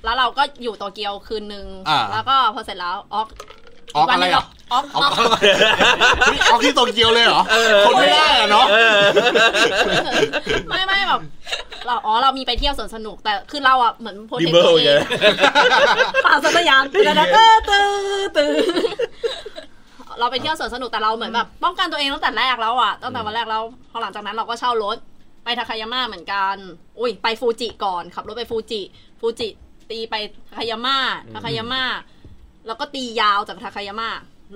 [SPEAKER 6] แล้วเราก็อยู่โตเกียวคืนนึง
[SPEAKER 3] อ่า
[SPEAKER 6] แล้วก็พอเสร็จแล้วออก
[SPEAKER 3] ออกอะไรอ่ะ
[SPEAKER 6] ออก
[SPEAKER 3] ออก
[SPEAKER 6] ออก
[SPEAKER 3] อุ๊ยออกที่โตเกียวเลยเหรอคนไม่ได้อะเนาะ
[SPEAKER 6] ไม่ไม่แบบเราอ๋อเรามีไปเที่ยวสวนสนุกแต่คือเราอ่ะเหมือนโพส
[SPEAKER 4] ดี
[SPEAKER 6] เด็ก
[SPEAKER 4] เบิ
[SPEAKER 6] ตั
[SPEAKER 4] ล
[SPEAKER 6] วเอ
[SPEAKER 4] เย
[SPEAKER 6] ง
[SPEAKER 4] อะ
[SPEAKER 6] ป่าสัตยานตื่นแล้วก็ตื่นตื่นเราไปเที่ยวสวนสนุกแต่เราเหมือนแบบป้องกันตัวเองตั้งแต่แรกแล้วอ่ะตั้งแต่วันแรกแล้วพอหลังจากนั้นเราก็เช่ารถ ไปทาคายาม่าเหมือนกัน อุ้ยไปฟูจิก่อนขับรถไปฟูจิ ฟูจิตีไปทาคายาม่าทาคายาม่าแล้วก็ตียาวจากทาคายาม่า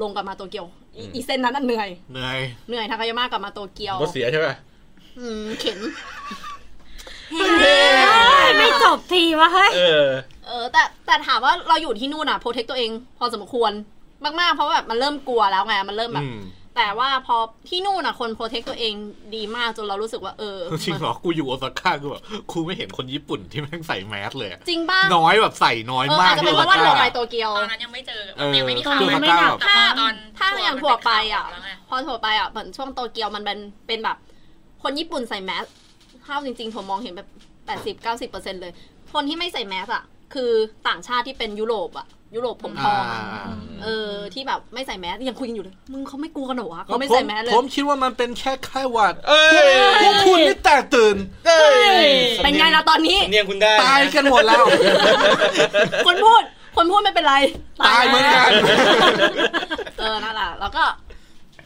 [SPEAKER 6] ลงกลับมาโตเกียวอีอีเส้นนั้นน่ะเหนื่อย
[SPEAKER 3] เหนื่อย
[SPEAKER 6] เหนื่อยทาคายาม่ากลับมาโตเกียว
[SPEAKER 4] รถเสียใช่ปะ
[SPEAKER 6] อืมเข็น
[SPEAKER 2] ไม่จบทีวะเฮ้ย
[SPEAKER 4] เออ
[SPEAKER 6] เออแต่แต่ถามว่าเราอยู่ที่นู่นอ่ะโปรเทคตัวเองพอสมควรมากๆ เพราะว่าแบบมันเริ่มกลัวแล้วไงมันเริ่มแบบ
[SPEAKER 3] อืม
[SPEAKER 6] แต่ว่าพอที่นู่นอ่ะคนโปรเทคตัวเองดีมากจนเรารู้สึกว่าเออ
[SPEAKER 3] จริงเหรอ กูอยู่โอซาก้ากูแบบกูไม่เห็นคนญี่ปุ่นที่แม่งใส่แมสเลยอะ
[SPEAKER 6] จริงป่ะ
[SPEAKER 3] น้อยแบบใส่น้อย
[SPEAKER 6] เออ
[SPEAKER 3] มาก
[SPEAKER 6] อาจจะ
[SPEAKER 3] ที่
[SPEAKER 6] เป็น
[SPEAKER 3] โอ
[SPEAKER 6] เพราะ
[SPEAKER 3] ซา
[SPEAKER 6] ว่าเรา
[SPEAKER 3] ก้า
[SPEAKER 6] ไปโตเกียว
[SPEAKER 9] ตอนนั้นยังไม่เจอ
[SPEAKER 3] เออ
[SPEAKER 9] ยังไม่มีข่าว
[SPEAKER 3] ที่โอ
[SPEAKER 2] เมั
[SPEAKER 3] ซาน
[SPEAKER 2] ไม่
[SPEAKER 3] ก้า
[SPEAKER 2] หนัก
[SPEAKER 9] แต่
[SPEAKER 6] ถ้า
[SPEAKER 9] ตอน
[SPEAKER 6] ถ้าอย่างถั่วไปอ่ะ
[SPEAKER 9] แล้วไง
[SPEAKER 6] พอถั่วไปอ่ะเหมือนช่วงโตเกียวมันเป็นเป็นแบบ คนญี่ปุ่นใส่แมสเท่าจริงๆถั่วมองเห็นแบบแปดสิบเก้าสิบเปอร์เซ็นเลย คนที่ไม่ใส่แมสอ่ะ คือต่างชาติที่เป็นยุโรปอ่ะ ยุโรปผมท
[SPEAKER 3] อ่า
[SPEAKER 6] องอะ เออที่แบบไม่ใส่แมสยังคุยกันอยู่เลย มึงเขาไม่กลัวกันเหรอวะเขาไม่
[SPEAKER 3] ผ
[SPEAKER 6] ใส่แมสเลย
[SPEAKER 3] ผมคิดว่ามันเป็นแค่ไข้หวัด
[SPEAKER 4] เอ้ย
[SPEAKER 3] พวกคุณนี่แตกตื่น
[SPEAKER 6] เป็นไงล่ะตอนนี้
[SPEAKER 5] สำเนียงคุณได้
[SPEAKER 3] ตายกันหมดแล้ว
[SPEAKER 6] คนพูด คนพูดไม่เป็นไร
[SPEAKER 3] ตายเหมือนกัน
[SPEAKER 6] เออนั่นแหละแล้วก็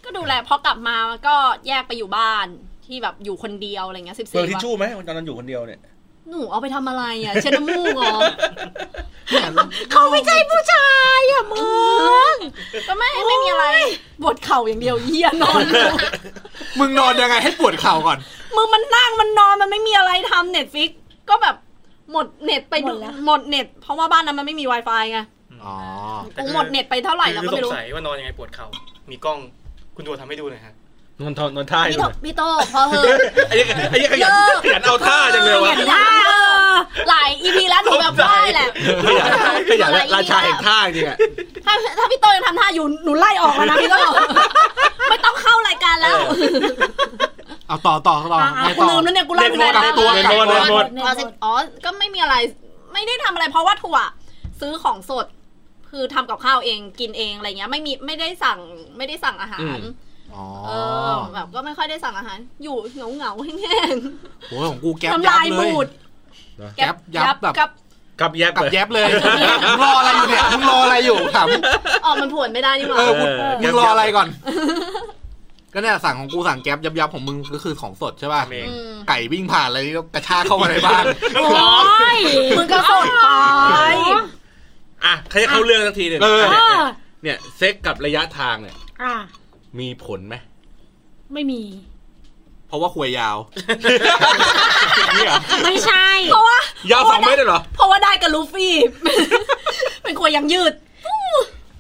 [SPEAKER 6] ก็ดูแลพอกลับมาก็แยกไปอยู่บ้านที่แบบอยู่คนเดียวอะไรเงี้ยสิบ
[SPEAKER 4] เบิ
[SPEAKER 6] สี่
[SPEAKER 4] ร์ทิช
[SPEAKER 6] วัน
[SPEAKER 4] ชู่ไหมตอนนั้นอยู่คนเดียวเนี่ย
[SPEAKER 6] หนูเอาไปทำอะไรอ่ะเช็ดน้ำมูกเหรอ
[SPEAKER 2] เขาไม่ใช่ผู้ชายอ่ะมึง
[SPEAKER 6] ก็ไม่ไม่มีอะไรปวดเข่าอย่างเดียวเยี่ยนอน
[SPEAKER 3] มึงนอนยังไงให้ปวดเข่าก่อน
[SPEAKER 6] มึงมันนั่งมันนอนมันไม่มีอะไรทำเน็ตฟิกก็แบบหมดเน็ตไปดู
[SPEAKER 2] หมดแล้ว
[SPEAKER 6] หมดเน็ตเพราะว่าบ้านนั้นมันไม่มี Wi-Fi ไง
[SPEAKER 3] อ๋อ
[SPEAKER 6] กูหมดเน็ตไปเท่าไหร่แล้วก็
[SPEAKER 5] คือส
[SPEAKER 6] ไม่
[SPEAKER 5] ง
[SPEAKER 6] รู้
[SPEAKER 5] สัยว่านอนยังไงปวดเข่า มีกล้อง คุณตัวทำให้ดูหน่อยฮะ
[SPEAKER 4] นอนทอนนอนท่าอ
[SPEAKER 6] พี่
[SPEAKER 4] ยู่
[SPEAKER 6] โตพี่โตพอเหอะ
[SPEAKER 4] ไอ้เหี้ยังไอ้เหี้ยังขยัน
[SPEAKER 6] เลิก
[SPEAKER 4] ขยันเอาท่าจังเลยวะ
[SPEAKER 6] เออหลายอีพีแล้วหนูแบบไหว้แหละ
[SPEAKER 4] ขยันขยันราชาแห่งท่าจริงอะ
[SPEAKER 6] ถ้าถ้าพี่โตยังทำท่าอยู่หนูไล่ออกแล้วนะพี่โตไม่ต้องเข้ารายการแล้ว
[SPEAKER 3] เอาต่อต่อต่อไง
[SPEAKER 6] กู
[SPEAKER 3] ต่อ
[SPEAKER 6] ลืมแล้วเนี่ยกูไล่ไปไหนแล้ว
[SPEAKER 3] ตัว
[SPEAKER 4] เรียนโน้ตเรียนโน้ต
[SPEAKER 6] อ๋อสิอ๋อก็ไม่มีอะไรไม่ได้ทำอะไรเพราะว่าถั่วซื้อของสด คือทำกับข้าวเองกินเองอะไรเงี้ย ไม่มีไม่ได้สั่งไม่ได้สั่งอาหา
[SPEAKER 3] อื
[SPEAKER 6] ร
[SPEAKER 3] ม อ๋อ
[SPEAKER 6] เออแบบก็ไม่ค่อยได้สั่งอาหาร อยู่เหงาเหงาๆแห้งๆ
[SPEAKER 3] โหของกูแก๊บ
[SPEAKER 6] น้ำ
[SPEAKER 3] ยับ
[SPEAKER 6] ลาย
[SPEAKER 3] เล
[SPEAKER 6] บู
[SPEAKER 3] ย
[SPEAKER 6] ด
[SPEAKER 3] แก๊ปยับแบบ
[SPEAKER 6] กับ
[SPEAKER 4] กับแยบ
[SPEAKER 3] กับ
[SPEAKER 4] เลย
[SPEAKER 3] แยบเลยมึงรออะไรอยู่เนี่ย มึงรออะไรอยู่ถาม
[SPEAKER 6] ออกมันผวนไม่ได้นี่หว่า
[SPEAKER 3] เออ
[SPEAKER 4] เออ
[SPEAKER 3] มึงรออะไรก่อน ก็ ก็เนี่ยสั่งของกูสั่งแก๊บยับยับๆของมึงก็คือของสดใช่ป่ะ
[SPEAKER 5] ทำเอง
[SPEAKER 6] อืม
[SPEAKER 3] ไก่วิ่งผ่านอะไรนี่ก็กระชากเข้ามาในบ้าน
[SPEAKER 2] โอ้ย
[SPEAKER 6] มึงก็สดไป
[SPEAKER 4] อ่ะใครจะเข้าเรื่องสักทีหนึ่ง
[SPEAKER 3] เออ
[SPEAKER 4] อ่ะ
[SPEAKER 2] เอ
[SPEAKER 4] เนี่ย
[SPEAKER 2] อ
[SPEAKER 4] เนี่ยเซ็กกับระยะทางเนี่ย
[SPEAKER 2] อ่ะ
[SPEAKER 4] มีผลไหม
[SPEAKER 2] ไม่มี
[SPEAKER 3] เพราะว่าควยยาว นี่เหรอ
[SPEAKER 2] ไม่ใช่
[SPEAKER 6] เพราะว่า
[SPEAKER 4] ยาวสองเมตรเลยเหรอ
[SPEAKER 6] เพราะว่าได้กับลูฟี่ เป็นครัวยังยืด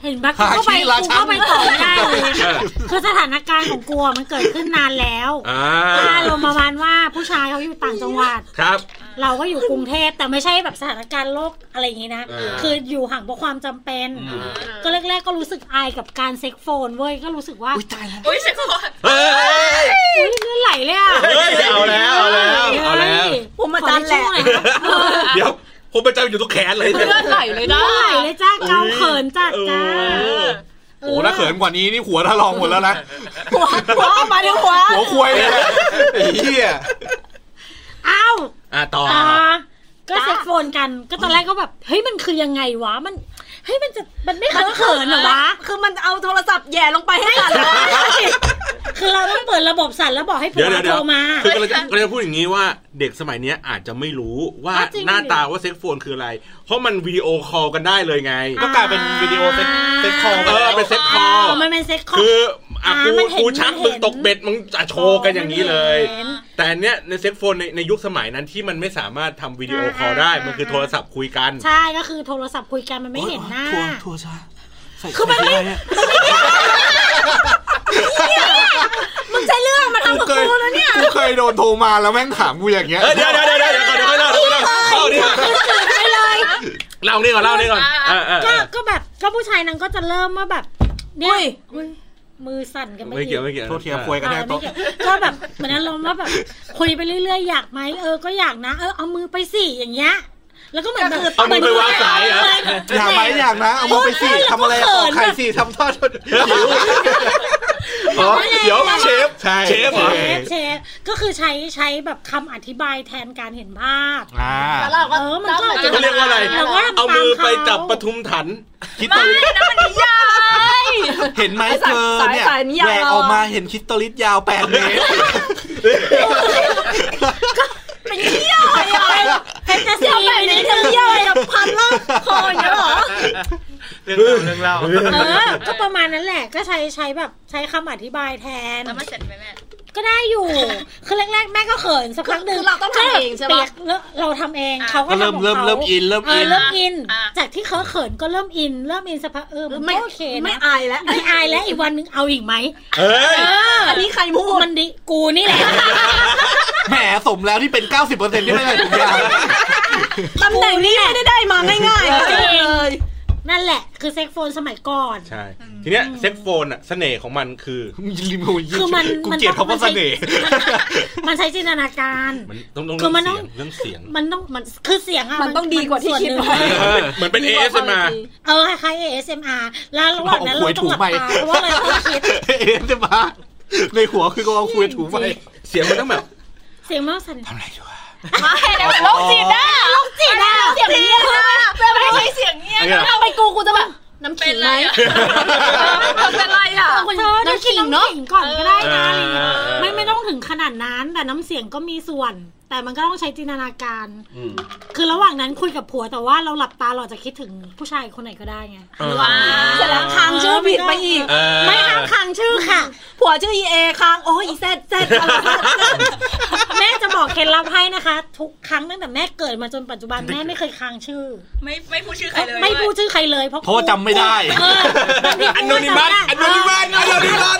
[SPEAKER 2] เห็นปะกูเข้าไปกูเข้าไปต่อไม่ได้เลย
[SPEAKER 4] เออ
[SPEAKER 2] คือสถานการณ์ของกูอะมันเกิดขึ้นนานแล้ว
[SPEAKER 4] อ่า
[SPEAKER 2] อารมณ์ประมาณว่าผู้ชายเขาอยู่ต่างจังหวัด
[SPEAKER 4] ครับ
[SPEAKER 2] เราก็อยู่กรุงเทพแต่ไม่ใช่แบบสถานการณ์โลกอะไรอย่างงี้นะ
[SPEAKER 4] เออ
[SPEAKER 2] คืออยู่ห่างเพราะความจำเป็น ก็แรกๆก็รู้สึกอายกับการเซ็กโฟนเว้ยก็รู้สึกว่า
[SPEAKER 3] อุ้ยตายแล้ว
[SPEAKER 9] อุ้ยเซ็กโคตร
[SPEAKER 4] เฮ้ย
[SPEAKER 2] อุ๊ยเลือดไหลเลยอ่ะ
[SPEAKER 4] เฮ้ยเอาแล้วเอาแล้วเอาแล้ว
[SPEAKER 6] ผมอาจารย์แหละ
[SPEAKER 2] ขอทิชชู่น่อยนะ
[SPEAKER 4] เดี๋ยว ผมประจำอยู่ตรงแขนเลย
[SPEAKER 9] เลือดไหลเลย
[SPEAKER 2] เลื
[SPEAKER 9] นะ
[SPEAKER 2] อดไหลเลยจ้าเกาเขินจัดจ้า
[SPEAKER 3] โอ้โหถ้าเขินกว่านี้นี่หัวทะลองหมดแล้วนะ
[SPEAKER 6] หัวหัวออกมาดิหัว
[SPEAKER 3] หัวควยเนี่ยไอ้เหี้ย
[SPEAKER 2] เอ้า
[SPEAKER 4] อ่ะต่อ
[SPEAKER 2] ตาก็
[SPEAKER 6] ตา
[SPEAKER 2] เซ็กโฟนกัน ก็ตอนแรกก็แบบ เฮ้ย มันคือยังไงวะ มัน เฮ้ย มันจะ มันไม่เคยเขินเหรอวะ
[SPEAKER 6] คือมันเอาโทรศัพท์แหย่ลงไปให้กัน
[SPEAKER 2] คือเราต้องเปิดระบบสั่นแล้วบอกให้ผั
[SPEAKER 4] เดี๋ยว
[SPEAKER 2] ว
[SPEAKER 4] เดี๋
[SPEAKER 2] โท
[SPEAKER 4] ยวเดี๋ยว
[SPEAKER 2] รมา
[SPEAKER 4] คือกำลังจะกำลังจะพูดอย่างนี้ว่าเด็กสมัยเนี้ยอาจจะไม่รู้ว่า
[SPEAKER 2] อ่ะจริง
[SPEAKER 4] หน้า
[SPEAKER 2] ดิ
[SPEAKER 4] ตาว่าเซ็กโฟนคืออะไร เพราะมันวิดีโอคอลกันได้เลยไง
[SPEAKER 3] ก็กลายเป็นวิดีโอเซ็กเซ็กคอล
[SPEAKER 4] เออเป็นเซ็กคอล
[SPEAKER 2] อมันเป็นเซ็กคอล
[SPEAKER 4] คืออ่ะกู
[SPEAKER 2] อ่ะมันเห็น
[SPEAKER 4] กูชัก
[SPEAKER 2] มันเห็น
[SPEAKER 4] มึงตกเบ็ดมึงจะโชว์กันอย่างนี้เลย
[SPEAKER 2] ห็น
[SPEAKER 4] แต่เนี้ยในเซ็กโฟนในในยุคสมัยนั้นที่มันไม่สามารถทำวิดีโอคอลได้
[SPEAKER 2] อ่ามั
[SPEAKER 4] มันคือโทรศัพท์คุยกัน
[SPEAKER 2] ใช่ ก็คือโทรศัพท์คุยกันมันไม่เห็นหน้า
[SPEAKER 3] ทัวร์ทัวร์ช้าใส่
[SPEAKER 2] คือมันไม่
[SPEAKER 3] ใส่ด้อะ
[SPEAKER 6] มึงใช้เรื่องมาทำกับ
[SPEAKER 3] เคย
[SPEAKER 6] กูแล้วเนี่ย
[SPEAKER 3] กูเคยโดนโทรมาแล้วแม่งถามกูอย่างเงี้ย
[SPEAKER 4] เออเดี๋ยวเดี๋ยวเดี๋ยวเดี๋ยวเดี๋ยวก่อนเดี๋ยวก่อนเล่าเดี๋ยวก่อนเล่าเล่า
[SPEAKER 2] ไปเลย
[SPEAKER 4] นี่ก่อนเล่านี่ก่อนเล่านี่ก่อนอ่าอ่า
[SPEAKER 2] ก็ ก็แบบ ก็ผู้ชายนั้นก็จะเริ่มว่าแบบ เนี่ยอุ๊ยมือสั่นกันไป
[SPEAKER 4] ไม่
[SPEAKER 2] อี
[SPEAKER 4] เกี่ย
[SPEAKER 2] ก
[SPEAKER 4] วไม่เกี่ยว
[SPEAKER 3] โทษทีครับคุยกัน
[SPEAKER 2] อ่า
[SPEAKER 3] แน่
[SPEAKER 2] ไม่
[SPEAKER 3] โต๊ะ
[SPEAKER 2] เกี่ยวก็แบบเหมือนอารมณ์ว่าแบบคุยไปเรื่อยๆอยากไหมเออก็อยากนะเออเอามือไปสิอย่างเงี้ยแล้วก็เหมือนแบบ
[SPEAKER 4] เอามือไปวางสายเหรอ
[SPEAKER 3] อยากไหมอยากนะเอามาไปสิทำอะไรต่อใครสิทำทอด
[SPEAKER 4] อ๋อเดี๋ยวเชฟ
[SPEAKER 3] ใช่
[SPEAKER 4] เชฟเหรอ
[SPEAKER 2] เชฟเชฟก็คือใช้ใช้แบบคำอธิบายแทนการเห็นภาพ
[SPEAKER 3] อ่า
[SPEAKER 6] แล้วเราก็
[SPEAKER 2] เออมันก็
[SPEAKER 6] ต
[SPEAKER 4] เขาเรียกว่าอะไร
[SPEAKER 2] เราก็ทำต
[SPEAKER 4] เอามือไปจับป
[SPEAKER 2] เขา
[SPEAKER 4] ทุมถัน
[SPEAKER 3] คิดตลิด
[SPEAKER 6] นั่นมันนิยาย
[SPEAKER 3] เห็นไหม
[SPEAKER 6] สาย
[SPEAKER 3] เธอเนี่ย
[SPEAKER 6] สายนิยาม
[SPEAKER 3] แหวกออกมาเห็นคิดตลิดยาวแปดเมตร
[SPEAKER 6] เป็นเยี่ยวอะไรอะ
[SPEAKER 2] แฟนตาซี
[SPEAKER 6] เอาแบบ
[SPEAKER 2] นิ
[SPEAKER 6] นี้
[SPEAKER 2] ด
[SPEAKER 6] เธ
[SPEAKER 2] นึ
[SPEAKER 6] อง เยี่ยวอะไรแบบพันรอบคออย่างเงี้ยเหรอ
[SPEAKER 5] เรื่องเล่าเรื่องเล่า
[SPEAKER 2] เออก็ประมาณนั้นแหละก็ใช้ใช้แบบใช้คำอธิบายแทน
[SPEAKER 9] แล้วมันเสร็จไหมแม่
[SPEAKER 2] ก็ได้อยู่คือแรกๆแม่ก็เขินสักพักหนึ่ง
[SPEAKER 6] คือเราต้องทำเองใช่ปะ
[SPEAKER 2] ก็ปียกเลอะเราทำเองเขาก็
[SPEAKER 3] ก็เริ่ม
[SPEAKER 2] ทำของ
[SPEAKER 3] เริ่ม
[SPEAKER 2] ขา
[SPEAKER 3] เริ่มอินเริ่ม
[SPEAKER 2] เอ
[SPEAKER 3] อิ
[SPEAKER 2] อน เริ่มอิน จากที่เขาเขินก็เริ่มอิน เริ่มอินสักพักเออมัน
[SPEAKER 6] ไม่
[SPEAKER 2] ก็โอเค
[SPEAKER 6] ไม่
[SPEAKER 2] นะ
[SPEAKER 6] อายแล้ว
[SPEAKER 2] ไม่อายแล้วอีกวันหนึงเอาอีกไหม
[SPEAKER 4] เฮ้ย
[SPEAKER 2] เออ
[SPEAKER 6] อันนี้ใครพูด
[SPEAKER 2] มันดิกูนี่แหละ
[SPEAKER 3] แหมสมแล้วที่เป็น 90%ที่ไม่ได้ถุงยาง
[SPEAKER 6] ตำแหน่งนี้ไม่ได้ได้มาง่ายๆ
[SPEAKER 2] จริง
[SPEAKER 6] เลย
[SPEAKER 2] นั่นแหละ คือเซ็กโฟนสมัยก่อน
[SPEAKER 4] ใช่ ทีเนี้ยเซ็กโฟนอะเสน่ห์ของมันคือ
[SPEAKER 3] ริมหูยิ้
[SPEAKER 2] คือมัน
[SPEAKER 3] กู
[SPEAKER 2] มัน
[SPEAKER 3] เกลียด
[SPEAKER 2] ต้อง
[SPEAKER 3] คำว่าเสน่ห์
[SPEAKER 2] มันใช้จินตนาการ
[SPEAKER 4] มันต้องต้อง
[SPEAKER 2] คือมันต้อง
[SPEAKER 4] เรื่องเสียง
[SPEAKER 2] มันต้องมันคือเสียงอะ
[SPEAKER 6] มันต้องดีกว่าที่
[SPEAKER 2] ส่น
[SPEAKER 6] คิด
[SPEAKER 2] หนึ่ง
[SPEAKER 6] ไว้
[SPEAKER 4] เรื่องเสียง เออเหมือนเป็น ASMR
[SPEAKER 2] เออคล้ายๆ ASMR แล้วระหว่างนั้น
[SPEAKER 3] เอาหวย
[SPEAKER 2] เราต้องหลั
[SPEAKER 3] ถูก
[SPEAKER 2] บ
[SPEAKER 3] ไหม
[SPEAKER 2] ตาเพราะว่าเราต้องคิด
[SPEAKER 3] เอ็นจะมาในหัวคือก็เอาคุยถูไป
[SPEAKER 4] เสียงมันต้องแบบ
[SPEAKER 2] เสียงมันต้องสั่น
[SPEAKER 9] มาให้แล้วโรคจิตนะโรคจิตนะ
[SPEAKER 6] เสียงเงียบนะ
[SPEAKER 9] ไม่ใช่เสียงเงี้ย
[SPEAKER 4] อะไรอะ
[SPEAKER 6] ทำไมกูกูจะแบบน้ำ
[SPEAKER 9] เป็
[SPEAKER 6] ขิง
[SPEAKER 9] นไร
[SPEAKER 6] ไหม
[SPEAKER 9] อะเป็นไรอะ
[SPEAKER 6] เอาคน
[SPEAKER 2] เธอ
[SPEAKER 6] น้ำขิง
[SPEAKER 2] น้ำขิง
[SPEAKER 6] เนาะ
[SPEAKER 2] ก่อนก็ได้
[SPEAKER 4] เอ
[SPEAKER 2] นะะ
[SPEAKER 4] ออ
[SPEAKER 2] ไรเงี้ยไม่ไม่ต้องถึงขนาดนั้น แต่น้ำเสียงก็มีส่วน แต่มันก็ต้องใช้จินตนาการ คือระหว่างนั้นคุยกับผัวแต่ว่าเราหลับตาเราจะคิดถึงผู้ชายคนไหนก็ได้ไง
[SPEAKER 9] ว้า
[SPEAKER 6] เสร็จแล้วค้างชื่อผิดไปอีก
[SPEAKER 4] เออ
[SPEAKER 2] ไม่ห้ามค้างชื่อค่ะ
[SPEAKER 6] ผัวชื่อเอค้าง โอ้ยอีเซตเซตอะไรวะ
[SPEAKER 2] แม่จะบอกเคล็ดลับให้นะคะ ทุกครั้งตั้งแต่แม่เกิดมาจนปัจจุบันแม่ไม่เคยค้างชื่อ
[SPEAKER 9] ไม่ไม่พูดชื่อใครเลย
[SPEAKER 2] ไม่พูดชื่อใครเลยเพราะ
[SPEAKER 3] เพราะว่าจำไม่ได้
[SPEAKER 2] เออบางที
[SPEAKER 4] อั
[SPEAKER 2] กู
[SPEAKER 4] นโนนิมัสอันโนนิมัสอันโนนิมัส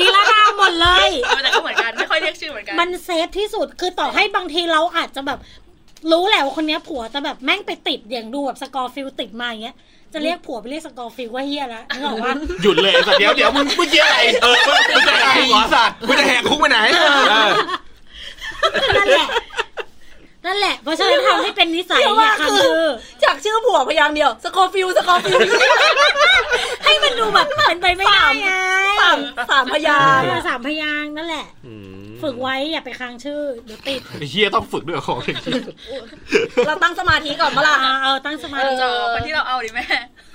[SPEAKER 2] นิรนามหมดเลย
[SPEAKER 9] เออแต่ก็เหมือนกันไม่ค่อยเรียกชื่อเหมือนกัน
[SPEAKER 2] มันเซฟที่สุดคือต่อให้บางทีเราอาจจะแบบ รู้แหละว่าคนเนี้ยผัวแต่แบบแม่งไปติดอย่างดูแบบสกอร์ฟิลติดมาอย่างเงี้ยจะเรียกผัวไปเรียกสกอร์ฟิลว่าเฮียละนึกออกว่า
[SPEAKER 3] หยุดเลย ไอ้สัตว์เดี๋ยวเดี๋ยวมึงเมื่อกี้อะไร
[SPEAKER 4] เออ
[SPEAKER 3] มึงจะอะไรอีสัตว์
[SPEAKER 4] มึงจะแหกคุกไปไหนเออ
[SPEAKER 2] นั่นแหละนั่นแหละเพราะฉะนั้นทำให้เป็นนิสัยอย่าคำคือ
[SPEAKER 6] จากชื่อผัวพยางค์เดียว สกอร์ฟิวสกอร์ ฟิว
[SPEAKER 2] ให้มันดูแบบเปิดไปไม่ได้ไง
[SPEAKER 6] สามสามพยา
[SPEAKER 2] เอ
[SPEAKER 6] ค์
[SPEAKER 2] งอสามพยางค์นั่นแหละ ฝึกไว้อย่าไปค้างชื่อเดี๋ยวติด
[SPEAKER 3] ไอ้เฮียต้องฝึกด้วยของอย่างนี้
[SPEAKER 6] เราตั้งสมาธิก่อนมาล่ะ
[SPEAKER 2] เอาเอาตั้งสมาธิ
[SPEAKER 6] เออ
[SPEAKER 9] คนที่เราเอาดิแม่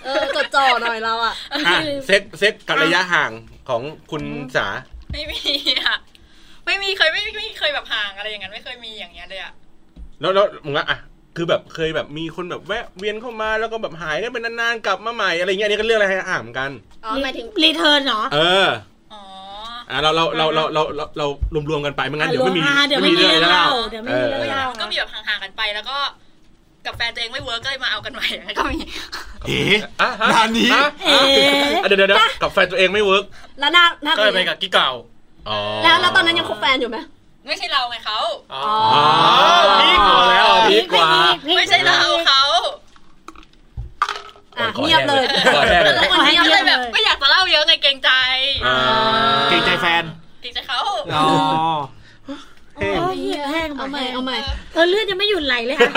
[SPEAKER 6] เออจดจ่อหน่อยเราอ่ะ
[SPEAKER 4] อ่ะเซ็กเซ็กกับระยะห่าง ของคุณสา
[SPEAKER 9] ไม่มีอ่ะ ไม่มีเคยไม่ไม่เคยแบบห่างอะไรอย่างนั้นไม่เคยมีอย่างเงี้ยเลยอ่ะ
[SPEAKER 4] แล้วแล้วมึงอะอะคือแบบเคยแบบมีคนแบบแวะเวียนเข้ามาแล้วก็แบบหายกันไปนานๆกลับมาใหม่อะไรเงี้ยอันนี้ก็เรื่องอะไรให้อ่านเหมือนกัน
[SPEAKER 6] อ๋อหมายถึง
[SPEAKER 2] รีเทิร์นเหรอ
[SPEAKER 4] เออ
[SPEAKER 9] อ๋อ
[SPEAKER 4] อ่ะเราเราเราเราเราเราเรารวมๆกันไปไม่งั้นเดี๋ยวไม่มี
[SPEAKER 2] อ่ะรวมอ่ะเดี๋ยวไม่มี
[SPEAKER 4] เรื่อง
[SPEAKER 2] เรื่อง
[SPEAKER 4] เล่า
[SPEAKER 2] เล่าเดี๋ยวไม่มีเรื่องเล่า
[SPEAKER 9] ก็มีแบบห่างๆกันไปแล้วก็ กับแฟนตัวเองไม่เวิร์กก็เลยมาเอากันใหม่อย่างนั้นก็มี
[SPEAKER 3] เอ๋
[SPEAKER 4] อ่ะฮะ
[SPEAKER 3] งานนี้
[SPEAKER 4] ฮะ
[SPEAKER 2] เอ๊ะ
[SPEAKER 4] อ่ะเดี๋ยวเดี๋ยวเดี๋ยวกับแฟนตัวเองไม่เวิร์ก
[SPEAKER 6] แล้วหน้าหน้า
[SPEAKER 5] ก็
[SPEAKER 6] ตัวย
[SPEAKER 5] เลไป
[SPEAKER 6] เอง
[SPEAKER 5] กับกิ๊กเก่า
[SPEAKER 4] อ๋อ
[SPEAKER 6] แล้วแล้วตอนนั้นยังคบแฟนอยู่ไหม
[SPEAKER 9] ไม่ใช่เราไงเขา
[SPEAKER 5] อ๋อ
[SPEAKER 4] อ๋อพีกว่าแล้วพีกกว่า
[SPEAKER 9] ไม่ใช่เราเขา
[SPEAKER 6] อ่ะ
[SPEAKER 4] ขอ
[SPEAKER 6] เงียบเลย
[SPEAKER 4] แยกเลยขอ
[SPEAKER 6] คน
[SPEAKER 4] แยกเลย
[SPEAKER 6] เงียบ
[SPEAKER 9] ก็
[SPEAKER 6] เลแบ
[SPEAKER 9] เลย ยแบบ บไม่อยากจะเล่าเยอะไงเกรงใจ
[SPEAKER 4] อ่า
[SPEAKER 3] เกรงใจแฟน
[SPEAKER 9] เกรงใจเขา
[SPEAKER 3] อ๋อ
[SPEAKER 2] โอ้ยแห้ง
[SPEAKER 6] เอาใหม่
[SPEAKER 2] แห้ง
[SPEAKER 6] เอาใหม่
[SPEAKER 2] เออเลือดยังไม่หยุดไหลเลยอ่ะ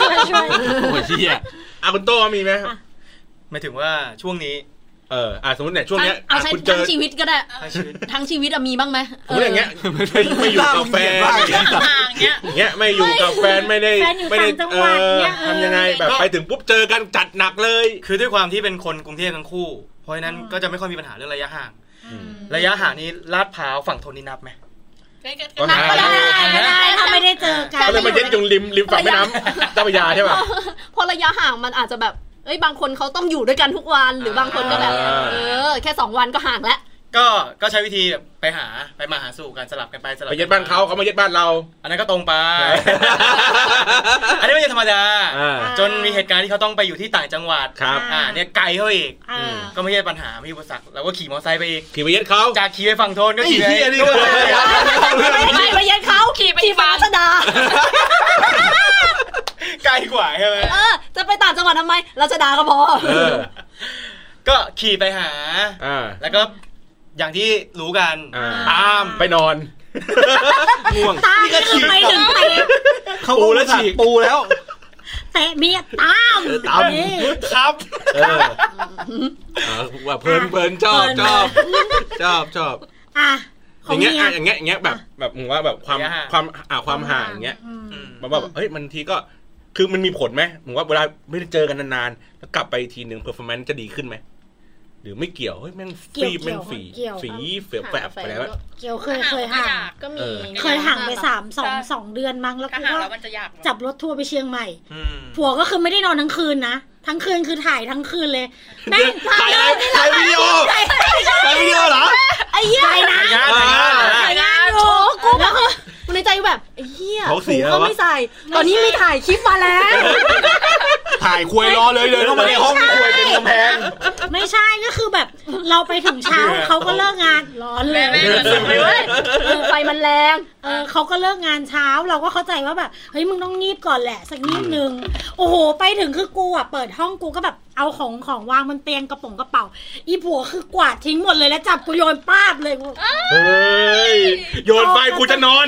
[SPEAKER 2] ช่วยช่วยช่วย
[SPEAKER 3] โอ้ยเฮีย
[SPEAKER 4] อ่ะคุณโตมีไหม
[SPEAKER 5] หมายถึงว่าช่วงนี้
[SPEAKER 4] เอออ่ะสมมติเนี่ยช่วงเนี้ย
[SPEAKER 6] เอาใช้
[SPEAKER 4] ะคุณเจ
[SPEAKER 6] ทั้ง
[SPEAKER 4] อ
[SPEAKER 6] ชีวิตก็ได้
[SPEAKER 5] ทั้งชีวิต
[SPEAKER 6] ทั้งชีวิตอะมีบ้างไหม
[SPEAKER 4] สมมติอย่างเงี้ยไม่อยู่กับแฟน
[SPEAKER 3] บ้างเงี้ย
[SPEAKER 9] ห่างเนี้ย
[SPEAKER 4] เงี้ยไม่อยู่กับแฟนไม่ได้
[SPEAKER 2] แฟนอยู่
[SPEAKER 4] ไม่
[SPEAKER 2] ต่า
[SPEAKER 4] ได้
[SPEAKER 2] งจัง
[SPEAKER 4] เอ
[SPEAKER 2] หวัด
[SPEAKER 4] อ
[SPEAKER 2] เนี่ยเออ
[SPEAKER 4] ทำยังไงแบบไปถึงปุ๊บเจอกันจัดหนักเลย
[SPEAKER 5] คือด้วยความที่เป็นคนกรุงเทพทั้งคู่ เพราะฉะนั้นก็จะไม่ค่อยมีปัญหาเรื่องระยะห่าง ระยะห่างนี้ลาดพร้าวฝั่งทนนี่นับไหม
[SPEAKER 4] นับก็
[SPEAKER 2] ได้ก็ได้ถ้าไม่ได้เจอกัน
[SPEAKER 4] ก็เลยมาเย็นจงริมริมฝั่งแม่น้ำเจ้าพระยาใช่ป่ะ
[SPEAKER 6] เพราะระยะห่างมันอาจจะแบบเอ้ยบางคนเขาต้องอยู่ด้วยกันทุกวันหรือบางคนก็แบบ
[SPEAKER 4] อ่า
[SPEAKER 6] เออแค่สองวันก็ห่างแล้ว
[SPEAKER 5] ก็ก็ใช้วิธีแบบไปหาไปมาหาสู่กันสลับกันไปสลับ
[SPEAKER 4] ไปเย็นบ้านเขาเขามาเย็นบ้านเรา
[SPEAKER 5] อันนั้นก็ตรงไป อันนี้ไม่ใช่ธรรมดา
[SPEAKER 4] อ่า
[SPEAKER 5] จนมีเหตุการณ์ที่เขาต้องไปอยู่ที่ต่างจังหวัด
[SPEAKER 4] ครับ
[SPEAKER 5] อ่าเนี่ยไกลเขาอีก
[SPEAKER 2] อ่า
[SPEAKER 5] ก็ไม่ใช่ปัญหาไม่มีอุปสรรคเราก็ขี่มอเตอร์ไซค์ไปอีก
[SPEAKER 4] ขี่ไปเย็นเขา
[SPEAKER 5] จากขี่ไปฝั่งโทนก็ขี่ไป
[SPEAKER 4] ไอ้เหี้ยนี่ก็
[SPEAKER 6] ไม่ไปเย็นเขาขี่ไปฟ้าชดา
[SPEAKER 5] ไกลกว่า ใช่ไหม
[SPEAKER 6] เออ จะไปต่างจังหวัดทำไมรัชดาก็พอ
[SPEAKER 4] เออ
[SPEAKER 5] ก็ขี่ไปหา
[SPEAKER 4] อ่า
[SPEAKER 5] แล้วก็อย่างที่รู้กัน
[SPEAKER 4] อ่า
[SPEAKER 5] ตาม
[SPEAKER 4] ไปนอน
[SPEAKER 3] ง่วง
[SPEAKER 2] ตาก็คือไปถึงเตะ
[SPEAKER 3] เขา
[SPEAKER 4] ปู
[SPEAKER 3] ปู
[SPEAKER 4] แล้
[SPEAKER 3] แล้ว ว
[SPEAKER 4] ฉี
[SPEAKER 3] ฉี
[SPEAKER 4] ก
[SPEAKER 3] กปูแล้ว
[SPEAKER 2] เตะเมียตาม
[SPEAKER 4] ตาม
[SPEAKER 2] นี่
[SPEAKER 5] ครับ
[SPEAKER 4] เอออ่าว่าเพลินเพลินชอบชอบชอบชอบ
[SPEAKER 2] อ่ะข
[SPEAKER 4] อ
[SPEAKER 2] อง
[SPEAKER 4] ย่างเงี้ย
[SPEAKER 2] เมีย
[SPEAKER 4] อ่ะอย่างเงี้ยอย่างเงี้ยแบบแบบผมว่าแบบความ
[SPEAKER 5] ระยะห่าง
[SPEAKER 4] ความอ่าความห่างอย่างเงี้ยมันว่าแบบเฮ้ยมันทีก็คือมันมีผลไหมผมว่าเวลาไม่ได้เจอกันนานๆแล้วกลับไปทีหนึ่งเพอร์ฟอร์แมนซ์จะดีขึ้นไหมหรือไม่เกี่ยวเฮ้ยแม่ง
[SPEAKER 2] เกี่ย
[SPEAKER 4] ฟี
[SPEAKER 2] ว
[SPEAKER 4] บแม่งฝี
[SPEAKER 2] เกี่ยว
[SPEAKER 4] ฝีเฝียบแฝบไปแล้ว
[SPEAKER 2] เกี่ยวเคยเคยห่าง
[SPEAKER 9] ก็มี
[SPEAKER 4] เออ
[SPEAKER 2] เคยห่างไปสามสองสองเดือนมั้งแล้ว
[SPEAKER 9] ก็
[SPEAKER 2] กู
[SPEAKER 9] ห่าง
[SPEAKER 2] ก็
[SPEAKER 9] แล้วมันจะยากเนอะ
[SPEAKER 2] จับรถทัวร์ไปเชียงใหม่
[SPEAKER 5] อืม
[SPEAKER 2] ผัวก็คือไม่ได้นอนทั้งคืนนะ ทั้งคืนคือถ่ายทั้งคืนเลยแม่งพา
[SPEAKER 4] ถ่ายอะไร
[SPEAKER 2] เดินนี่แหละ
[SPEAKER 4] ถ่ายวิดีโอถ่ายวิดีโอเหรอ
[SPEAKER 2] ไอ้เหี้ยถ่ายนะ
[SPEAKER 5] งานแต่งงานนะ
[SPEAKER 2] ถ่ายงานอยู่กูแล้วก็
[SPEAKER 6] กูในใจแบบไอ้เฮีย
[SPEAKER 4] เขาเสีย
[SPEAKER 6] หูก็
[SPEAKER 4] วะ
[SPEAKER 6] ไม่ใส่ ตอนนี้ไม่ถ่ายคลิปมาแล้ว
[SPEAKER 3] ถ่ายควยรอเลยเดินเข้ามาในห้องควยเป็นกำแพง
[SPEAKER 2] ไม่ใช่ก็คือแบบ เราไปถึงเช้าเขาก็เลิกงานร้อนเลย
[SPEAKER 9] แม่แม่เหมือนกันเลยเว้ย
[SPEAKER 6] เออไฟมันแรง
[SPEAKER 2] เออเขาก็เลิกงานเช้าเราก็เข้าใจว่าแบบเฮ้ยมึงต้องงีบก่อนแหละสักนิดนึงโอ้โหไปถึงคือกูอ่ะเปิดห้องกูก็แบบเอาของของวางบนเตียงกระป๋องกระเป๋า อีผัวคือกวาดทิ้งหมดเลยแล้วจับกูโยนป้าบเลยกู
[SPEAKER 4] เฮ้ยโยนไปกูจะนอน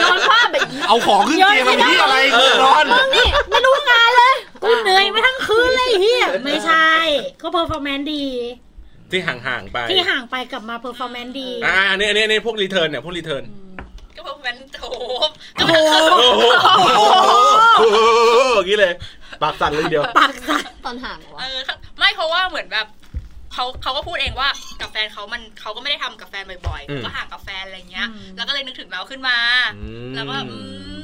[SPEAKER 6] นอนคว่ำแบบ
[SPEAKER 3] เอาของขึ้นเตียงมันที่อะไรนอน
[SPEAKER 2] มึงนี่ไม่รู้งานเลย กูเหนื่อยมาทั้งคืนเลยไอ้เฮียไม่ใช่ ก็เพอร์ฟอร์แมนซ์ดี
[SPEAKER 4] ที่ห่างๆไป
[SPEAKER 2] ที่ห่างไปกลับมาเพอร์ฟอร์แมนซ์ดี
[SPEAKER 4] อ่าอันนี้อันนี้อันนี้พวกรีเทิร์นเนี่ยพวกรีเทิร์น
[SPEAKER 9] ก็เพราะมันโถ
[SPEAKER 2] โอ้โห
[SPEAKER 4] โอ้โหโอ้โหอย่างนี้เลยปากสั่นเลยทีเดียว
[SPEAKER 2] ปากสั่น
[SPEAKER 6] ตอนห่างวะ
[SPEAKER 9] เออไม่เพราะว่าเหมือนแบบเขาเขาก็พูดเองว่ากับแฟนเขามันเขาก็ไม่ได้ทำกับแฟนบ่อย
[SPEAKER 4] อืม
[SPEAKER 9] ๆ ก็ห่างกับแฟนอะไรเงี้ย แล้วก็เลยนึกถึงเราขึ้นมา
[SPEAKER 4] อืม
[SPEAKER 9] แล้วก็อื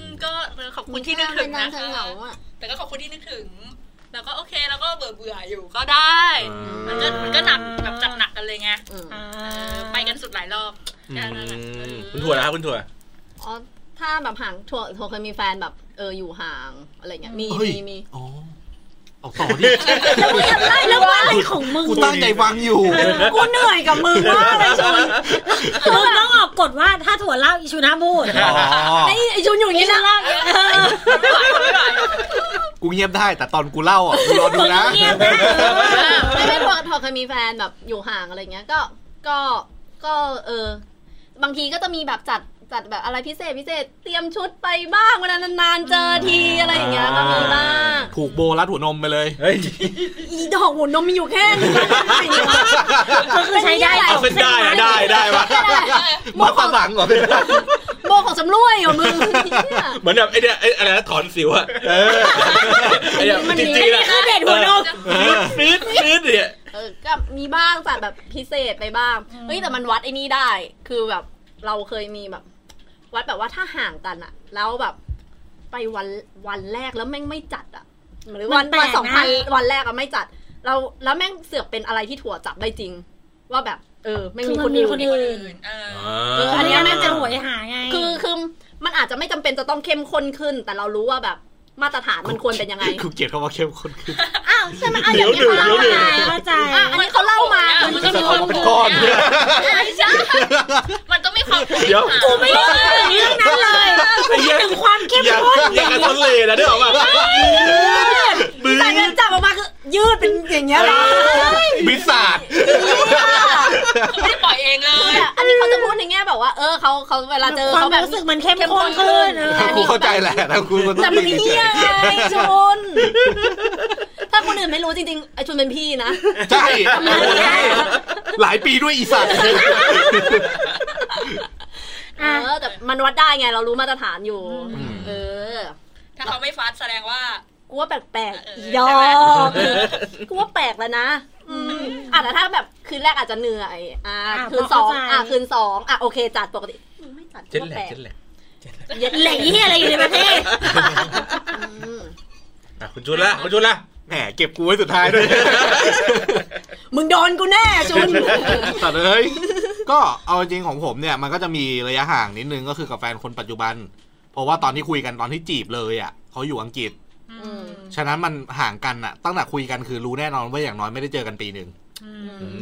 [SPEAKER 9] มก็เออขอบคุณที่นึกถึ
[SPEAKER 6] เป็
[SPEAKER 9] งนะ
[SPEAKER 6] นางเธ
[SPEAKER 9] คะ
[SPEAKER 6] อเหงาอะ
[SPEAKER 9] แต่ก็ขอบคุณที่นึกถึง แล้วก็โอเคแล้วก็เบื่อเบื่อๆอยู่ก็ได้ มันก็มันก็หนักแบบจัดหนักกันเลยไง
[SPEAKER 6] เออ
[SPEAKER 2] อ่า
[SPEAKER 9] เออไปกันสุดหลายรอบแค่นั้นแหละเออ
[SPEAKER 4] คุณถั่วนะครับคุณถั่ว
[SPEAKER 6] อ๋อถ้าแบบห่างถั่วถั่วเคยมีแฟนแบบเอออยู่ห่างอะไรเงี้ยมี
[SPEAKER 3] เฮ้ย
[SPEAKER 6] มีมี
[SPEAKER 3] อ๋อเอาต่อดิ
[SPEAKER 2] แล้วมึงทำได้แล้วว่าอะไรของมึง
[SPEAKER 3] กูตั้งใจฟังอยู่
[SPEAKER 6] กูเหนื่อยกับมึงมากเลยชุน
[SPEAKER 2] มึงต้องออกกฎว่าถ้าถั่วเล่าอีชูน่าพูด
[SPEAKER 3] อ๋อ
[SPEAKER 6] ไอ้ไอ้ชุนอยู่อย่างนี้นะ
[SPEAKER 9] ไม่ไหวไม่ไหว
[SPEAKER 3] กูเงียบได้ แต่ตอนกูเล่าอ่ะกูรอดู
[SPEAKER 2] มึง
[SPEAKER 3] นะ
[SPEAKER 2] เงียบนะ
[SPEAKER 6] ไม่ไม่ถั่วถั่วเคยมีแฟนแบบอยู่ห่างอะไรเงี้ยก็ก็ก็เออ บางทีก็จะมีแบบจัดจัดแบบอะไรพิเศษพิเศษเตรียมชุดไปบ้างเวลานานๆเจอทีอะไรอย่างเงี้ยก็มีบ้าง
[SPEAKER 3] ผูกโบรัดหัวนมไปเลย
[SPEAKER 4] เฮ้ย
[SPEAKER 6] อีดอกหัวนมมีอยู่แค่นี้
[SPEAKER 2] ก็คือใช้ได้
[SPEAKER 4] เอาเป็นได้อะได้ได้วะ
[SPEAKER 3] มาตาหลังก่อนเลย
[SPEAKER 6] โบของสำรวยเหรอมึงเนี่ย
[SPEAKER 4] เหมือนแบบไอเนี่ยไออะไรนะถอนสิวอะเออไอเนี่ยจริงๆนะ
[SPEAKER 2] คือเด็ดหัวนม
[SPEAKER 4] ฟีดฟีดฟีดเนี่ย
[SPEAKER 6] เออ ก็มีบ้างจัดแบบพิเศษไปบ้างเฮ้ยแต่มันวัดไอ้นี่ได้ คือแบบเราเคยมีแบบ วัดแบบว่าถ้าห่างกันอะแล้วแบบ ไปวันวันแรกแล้วแม่งไม่จัดอะหรือวัน
[SPEAKER 2] มันแปล
[SPEAKER 6] วัน
[SPEAKER 2] ก
[SPEAKER 6] สองพัน
[SPEAKER 2] นะ
[SPEAKER 6] วันแรกอะไม่จัด เราแล้วแม่งเสือกเป็นอะไรที่ถั่วจับได้จริง ว่าแบบ เออไม่ง
[SPEAKER 2] คือ
[SPEAKER 6] มี
[SPEAKER 2] มั
[SPEAKER 6] คน น
[SPEAKER 2] มี
[SPEAKER 6] อื่น
[SPEAKER 2] คนอื่น
[SPEAKER 9] อื่นเออ
[SPEAKER 6] เอออั
[SPEAKER 2] อัน
[SPEAKER 6] นเนี้
[SPEAKER 2] นี้
[SPEAKER 6] ย
[SPEAKER 2] มัน
[SPEAKER 6] น่า
[SPEAKER 2] จะ
[SPEAKER 6] จะ
[SPEAKER 2] หวยหาไง
[SPEAKER 6] คือคือมันอาจจะไม่จำเป็นจะต้องเข้มข้นขึ้น แต่เรารู้ว่าแบบมาตรฐานมันควรเป็นยังไง
[SPEAKER 3] กูเกลียดเขาว่าเข้มข้นขึ้น
[SPEAKER 6] อ้าวใช่ไหมอ่ะอย่างที่เขาเล่ามา
[SPEAKER 2] เข้าใจเข้าใจ
[SPEAKER 6] อ่ะอันนี้เขาเล่ามา
[SPEAKER 9] มันก็มีความ
[SPEAKER 3] เป็นก้อน
[SPEAKER 9] โกรธะใช่มันต้องมีความโกรธ
[SPEAKER 4] เดี๋ยว
[SPEAKER 9] กูไม่ได้
[SPEAKER 2] เรื่องนั้นเลยคือถึงความเข้ม
[SPEAKER 4] อย่าง
[SPEAKER 2] ข้น
[SPEAKER 4] อย่างกันทะเลนะเด้ออกมา
[SPEAKER 6] แต่เดินจับออกมาคือยืดเป็นอย่างเงี้ยเลย
[SPEAKER 3] บิสาด
[SPEAKER 9] ไม่ได้ปล่อยเองเล
[SPEAKER 6] คือย แบบอันนี้เขาจะพูดในแง่แบบว่า เออเขาเขาเวลาเจอ
[SPEAKER 2] ควา
[SPEAKER 6] เขา
[SPEAKER 2] ม
[SPEAKER 6] แบบ
[SPEAKER 2] รู้สึกมันเข้มข้นขึ้นเออ
[SPEAKER 3] กูเข้าใจแหละนะกูก็ต้
[SPEAKER 6] แต่
[SPEAKER 3] อง
[SPEAKER 6] มัน
[SPEAKER 3] มี
[SPEAKER 6] เฮียไงชุน ถ้าคนอื่นไม่รู้จริงๆไอชุนเป็นพี่นะ
[SPEAKER 3] ใช่หลายปีด้วยอีสัตว์
[SPEAKER 6] เออ แต่มันวัดได้ไงเรารู้มาตรฐานอยู่ เออ
[SPEAKER 9] ถ้าเขาไม่ฟัดแสดงว่า
[SPEAKER 6] กูว่าแปลก
[SPEAKER 9] เอ
[SPEAKER 6] ๆ
[SPEAKER 9] ออี
[SPEAKER 6] อีดอ
[SPEAKER 9] ใช่ไหม
[SPEAKER 6] กกูว่าแปลกแล้วนะ อืมอ่ะแต่ถ้าแบบคืนแรกอาจจะเหนื่อย อ่ะ
[SPEAKER 2] อ่ะ
[SPEAKER 6] คืนสอง
[SPEAKER 2] พอเข้าใจ
[SPEAKER 6] อ่ะคืนสองอ่ะโอเคจัดปกติมึงไม่จัด
[SPEAKER 4] เจ็ด
[SPEAKER 6] กูว่า
[SPEAKER 4] แหล
[SPEAKER 6] แปล
[SPEAKER 4] ก
[SPEAKER 6] ก
[SPEAKER 4] เจ็ดแหลก
[SPEAKER 6] เย็ด
[SPEAKER 2] เห
[SPEAKER 6] เห
[SPEAKER 2] ล็
[SPEAKER 6] ล็
[SPEAKER 2] ก
[SPEAKER 6] ก
[SPEAKER 2] เหียอะไรอยู่ในประเทศ
[SPEAKER 6] อืม
[SPEAKER 4] อ่ะคุณจุนละคุณจุนละ
[SPEAKER 3] แหมเก็บกูไว้สุดท้ายด้วย
[SPEAKER 6] มึงโดนกูแน่จุน
[SPEAKER 3] สัตว์เอ้ย ก็เอาจริงของผมเนี่ยมันก็จะมีระยะห่างนิดนึงก็คือกับแฟนคนปัจจุบัน เพราะว่าตอนที่คุยกันตอนที่จีบเลยอ่ะเขาอยู่อังกฤษ
[SPEAKER 6] อืม
[SPEAKER 3] ฉะนั้นมันห่างกันอ่ะ ตั้งแต่คุยกันคือรู้แน่นอนว่าอย่างน้อยไม่ได้เจอกันปีหนึ่ง
[SPEAKER 4] อื